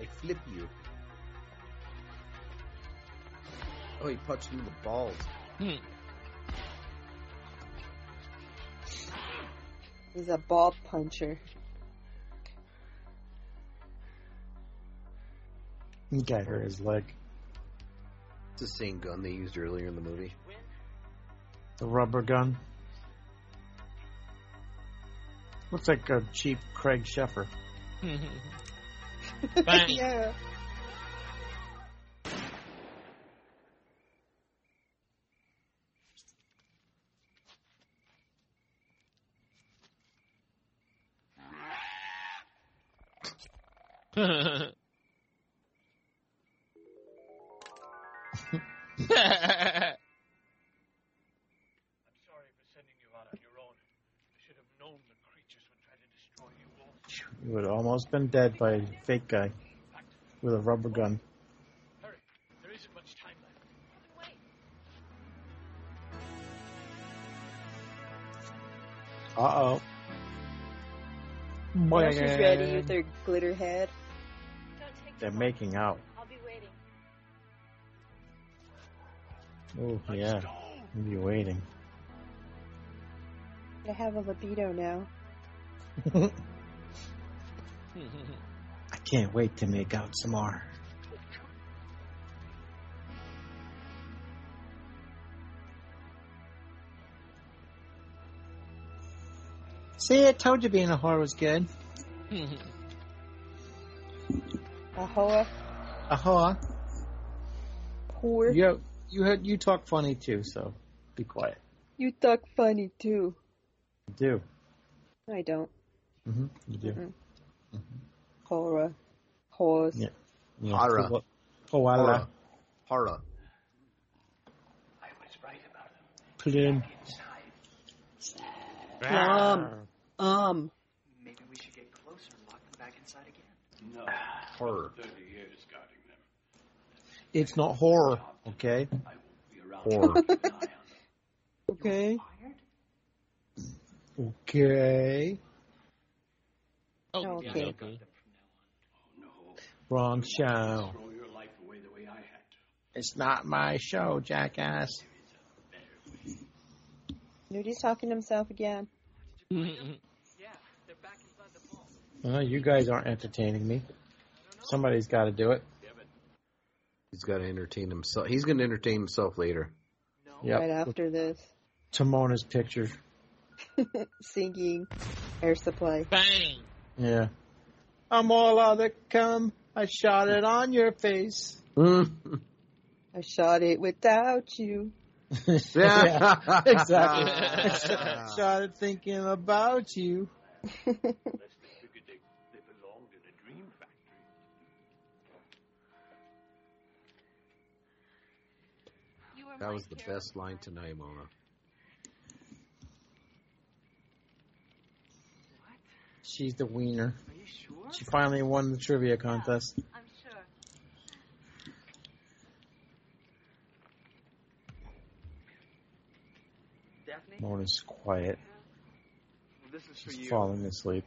Speaker 9: I flip you. Oh, he punched me in the balls.
Speaker 11: He's a ball puncher.
Speaker 10: He got her his leg.
Speaker 9: It's the same gun they used earlier in the movie.
Speaker 10: The rubber gun. Looks like a cheap Craig Sheffer.
Speaker 12: Bang.
Speaker 11: yeah.
Speaker 14: I'm sorry for sending you out on your own. I should have known the creatures would try to destroy you all.
Speaker 10: He would have almost been dead by a fake guy with a rubber gun.
Speaker 14: Hurry. There isn't much time left.
Speaker 10: Uh oh.
Speaker 11: Now she's ready with her glitter head.
Speaker 5: Don't take
Speaker 10: They're
Speaker 5: too long.
Speaker 10: making out.
Speaker 5: I'll be waiting.
Speaker 10: Oh yeah. We'll be waiting.
Speaker 11: I have a libido now.
Speaker 10: I can't wait to make out some more. See, I told you being a whore was good.
Speaker 11: A hoa
Speaker 10: A whore.
Speaker 11: whore.
Speaker 10: Uh-huh. You you heard you talk funny too, so be quiet.
Speaker 11: You talk funny too.
Speaker 10: You do.
Speaker 11: I don't.
Speaker 10: Mm-hmm. You do.
Speaker 11: Mm-mm. Horror. Horse.
Speaker 10: Yeah. Yeah.
Speaker 9: Hara.
Speaker 10: Koala.
Speaker 9: Hara. Hara.
Speaker 14: I was right about him.
Speaker 10: Plin.
Speaker 14: Inside.
Speaker 11: Um, um.
Speaker 19: Maybe we should get closer and lock them back inside again.
Speaker 14: No.
Speaker 10: Horror.
Speaker 14: 30 years guarding them.
Speaker 10: It's not horror, okay? Horror.
Speaker 11: okay.
Speaker 10: Okay.
Speaker 12: Oh, yeah,
Speaker 11: Okay.
Speaker 12: okay.
Speaker 10: Wrong show.
Speaker 14: Throw your life away the way I had to.
Speaker 10: It's not my show, jackass.
Speaker 11: Nudie's talking to himself again.
Speaker 10: Well, you guys aren't entertaining me. Somebody's got to do it.
Speaker 9: He's got to entertain himself. He's going to entertain himself later.
Speaker 10: Yep.
Speaker 11: Right after this.
Speaker 10: Timona's picture.
Speaker 11: Singing air supply.
Speaker 12: Bang.
Speaker 10: Yeah. I'm all out of cum. I shot it on your face.
Speaker 11: I shot it without you.
Speaker 10: yeah, exactly. I shot- shot it thinking about you.
Speaker 14: Unless they figured they, they belonged in a dream factory.
Speaker 9: That was the best line tonight, Mona.
Speaker 10: She's the wiener. She finally won the trivia contest.
Speaker 5: I'm sure.
Speaker 19: Daphne,
Speaker 10: Mona's quiet.
Speaker 19: this is for
Speaker 10: She's
Speaker 19: you.
Speaker 10: falling asleep.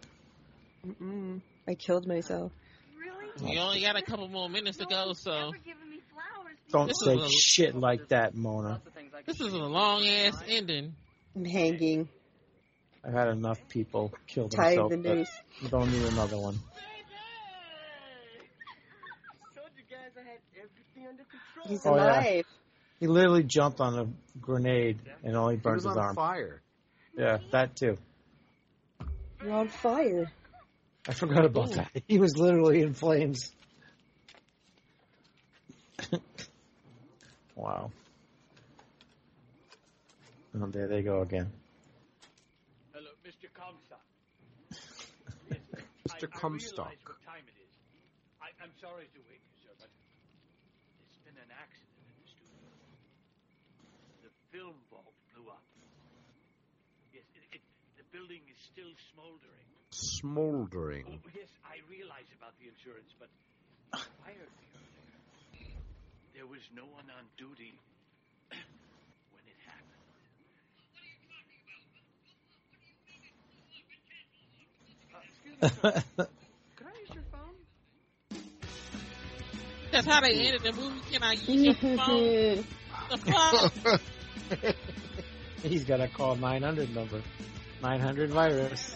Speaker 11: Mm-mm. I killed myself.
Speaker 12: You only got a couple more minutes to go, so
Speaker 10: Don't
Speaker 12: This is
Speaker 10: say
Speaker 12: a-
Speaker 10: shit like that, Mona.
Speaker 12: this is a long ass ending.
Speaker 11: I'm hanging.
Speaker 10: I've had enough people kill
Speaker 11: Tied
Speaker 10: themselves.
Speaker 11: the
Speaker 10: but
Speaker 11: noose.
Speaker 10: I Don't need another one.
Speaker 19: told you guys I had everything under control.
Speaker 11: He's
Speaker 10: Oh, yeah.
Speaker 11: alive.
Speaker 10: He literally jumped on a grenade and only
Speaker 9: He
Speaker 10: burned
Speaker 9: was
Speaker 10: his
Speaker 9: on
Speaker 10: arm.
Speaker 9: fire.
Speaker 10: Yeah, that too.
Speaker 11: You're on fire.
Speaker 10: I forgot about that. He was literally in flames. wow. Oh, there they go again.
Speaker 14: Hello, Mr. Comstock.
Speaker 9: Mr.
Speaker 14: I, I
Speaker 9: Comstock.
Speaker 14: realize what time it is. I, I'm sorry to wake you, sir, but it's been an accident in the studio. The film vault blew up. Yes, it, it, the building is still smoldering.
Speaker 9: Smoldering.
Speaker 14: Oh, yes, I realize about the insurance, but you fired me earlier. There was no one on duty when it happened. Uh, excuse me, sir. Could I use your phone?
Speaker 12: That's how they ended the movie. Can I use your phone? The fuck?
Speaker 10: He's got to call 900 number. 900 virus.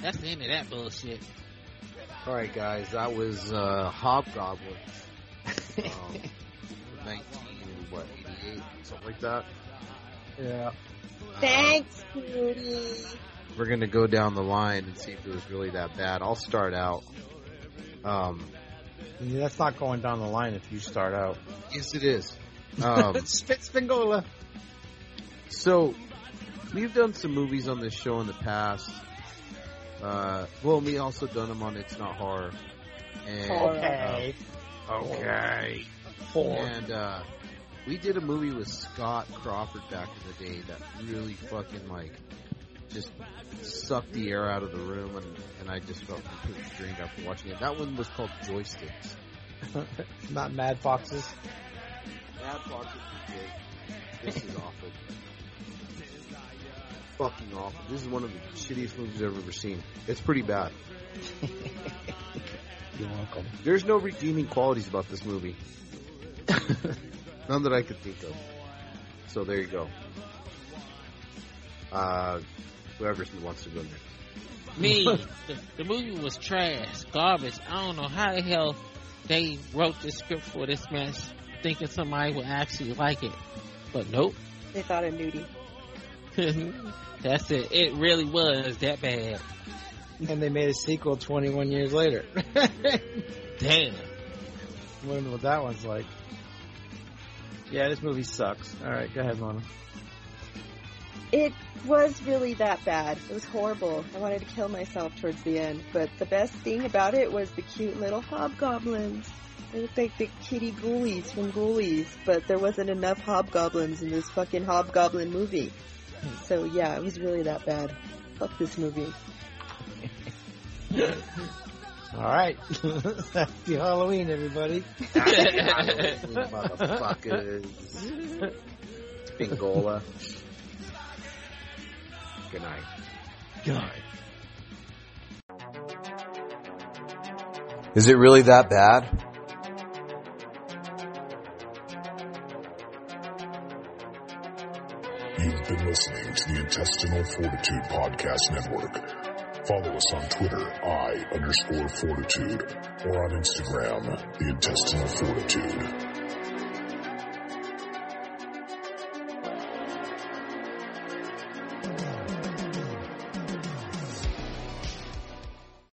Speaker 12: That's the end of that bullshit.
Speaker 9: All right, guys, that was uh, Hobgoblin. Um, 19, what, 88, something like that. Uh,
Speaker 10: Yeah.
Speaker 11: Thanks, Nudie.
Speaker 9: We're going to go down the line and see if it was really that bad. I'll start out. Um,
Speaker 10: Yeah, That's not going down the line if you start out.
Speaker 9: yes, it is. Um,
Speaker 10: Spitspingola.
Speaker 9: So, we've done some movies on this show in the past. Uh, well, we also done them on It's Not Horror. And,
Speaker 10: Okay.
Speaker 9: uh, okay.
Speaker 10: Four.
Speaker 9: And uh, we did a movie with Scott Crawford back in the day that really fucking like just sucked the air out of the room, and, and I just felt completely drained after watching it. That one was called Joysticks.
Speaker 10: Not Mad Foxes.
Speaker 9: Bad Fox is good. This is awful. Fucking awful. This is one of the shittiest movies I've ever seen. It's pretty bad.
Speaker 10: You're welcome.
Speaker 9: There's no redeeming qualities about this movie. None that I could think of. So there you go. Uh, whoever wants to go next.
Speaker 12: Me. the, the movie was trash, garbage. I don't know how the hell they wrote the script for this mess, thinking somebody would actually like it. But nope.
Speaker 11: They thought of Nudie.
Speaker 12: That's it. It really was that bad.
Speaker 10: And they made a sequel 21 years later.
Speaker 12: Damn.
Speaker 10: wonder what that one's like. Yeah, this movie sucks. All right, go ahead, Mona.
Speaker 11: It was really that bad. It was horrible. I wanted to kill myself towards the end. But the best thing about it was the cute little hobgoblins. They looked like the kitty ghoulies from Ghoulies, but there wasn't enough hobgoblins in this fucking hobgoblin movie. So yeah, it was really that bad. Fuck this movie.
Speaker 10: All right. Happy Halloween, everybody.
Speaker 9: Motherfuckers. Bingola. Good night.
Speaker 10: Good night.
Speaker 28: Is it really that bad?
Speaker 1: You've been listening to the Intestinal Fortitude Podcast Network. Follow us on Twitter, I underscore fortitude, or on Instagram, the Intestinal Fortitude.